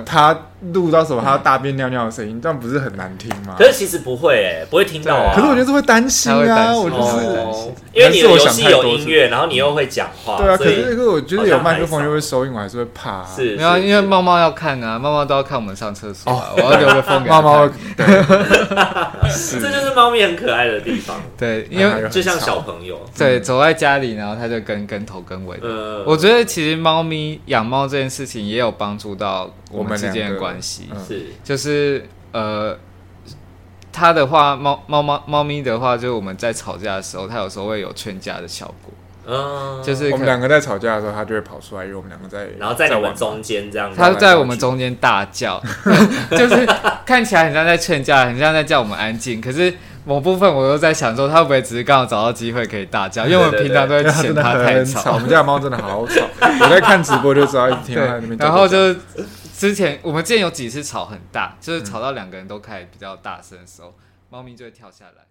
S4: 他录到什么他大便尿尿的声音，这样不是很难听吗？
S2: 可是其实不会、欸，不会听到啊。
S4: 可是我就是会担心
S3: 他会
S4: 啊，
S3: 担心
S4: 我就是。
S2: 哦，因为你的游戏有音乐，然后你又会讲话，
S4: 对啊，可
S2: 所以
S4: 是如果我觉得有麦克风就会
S2: 好
S4: 收音，我还是会怕、啊。
S2: 是，
S3: 没有啊，
S2: 是
S3: 因为
S2: 是
S3: 猫猫要看啊，猫猫都要看我们上厕所、啊
S4: 哦
S3: 我要留个缝给它
S4: 妈妈
S3: 看
S4: 会，对，
S2: 这
S4: 是
S2: 就是猫咪很可爱的地方，
S4: 哎
S3: 对，因为
S4: 啊
S2: 就像小朋友，
S4: 嗯
S3: 对，走在家里，然后它就跟跟头跟尾的。
S2: 呃，
S3: 我觉得其实猫咪养猫这件事情也有帮助到我
S4: 我们
S3: 们之
S4: 两
S3: 间的
S4: 个
S3: 关系，
S4: 嗯
S2: 是
S3: 就是呃，它的话，猫猫猫猫咪的话，就是我们在吵架的时候，它有时候会有劝架的效果，
S2: 嗯，
S3: 就是可
S4: 我们两个在吵架的时候，他就会跑出来，因为我们两个在
S2: 然后在你
S4: 玩
S2: 们中间
S4: 嗯
S2: 这样子，
S3: 它在我们中间大 叫，就是看起来很像在劝架，很像在叫我们安静，可是。某部分我又在想说，它会不会只是刚好找到机会可以大叫？因为我们平常都会
S4: 因为它
S3: 嫌
S4: 真的
S3: 它太
S4: 很
S3: 吵
S4: 吵，我。们家的猫真的好吵。我在看直播就知道，一直听到它在那
S3: 对，
S4: 边叫。
S3: 然后就是之前我们之前有几次吵很大，就是吵到两个人都开始比较大声的时候，猫咪就会跳下来。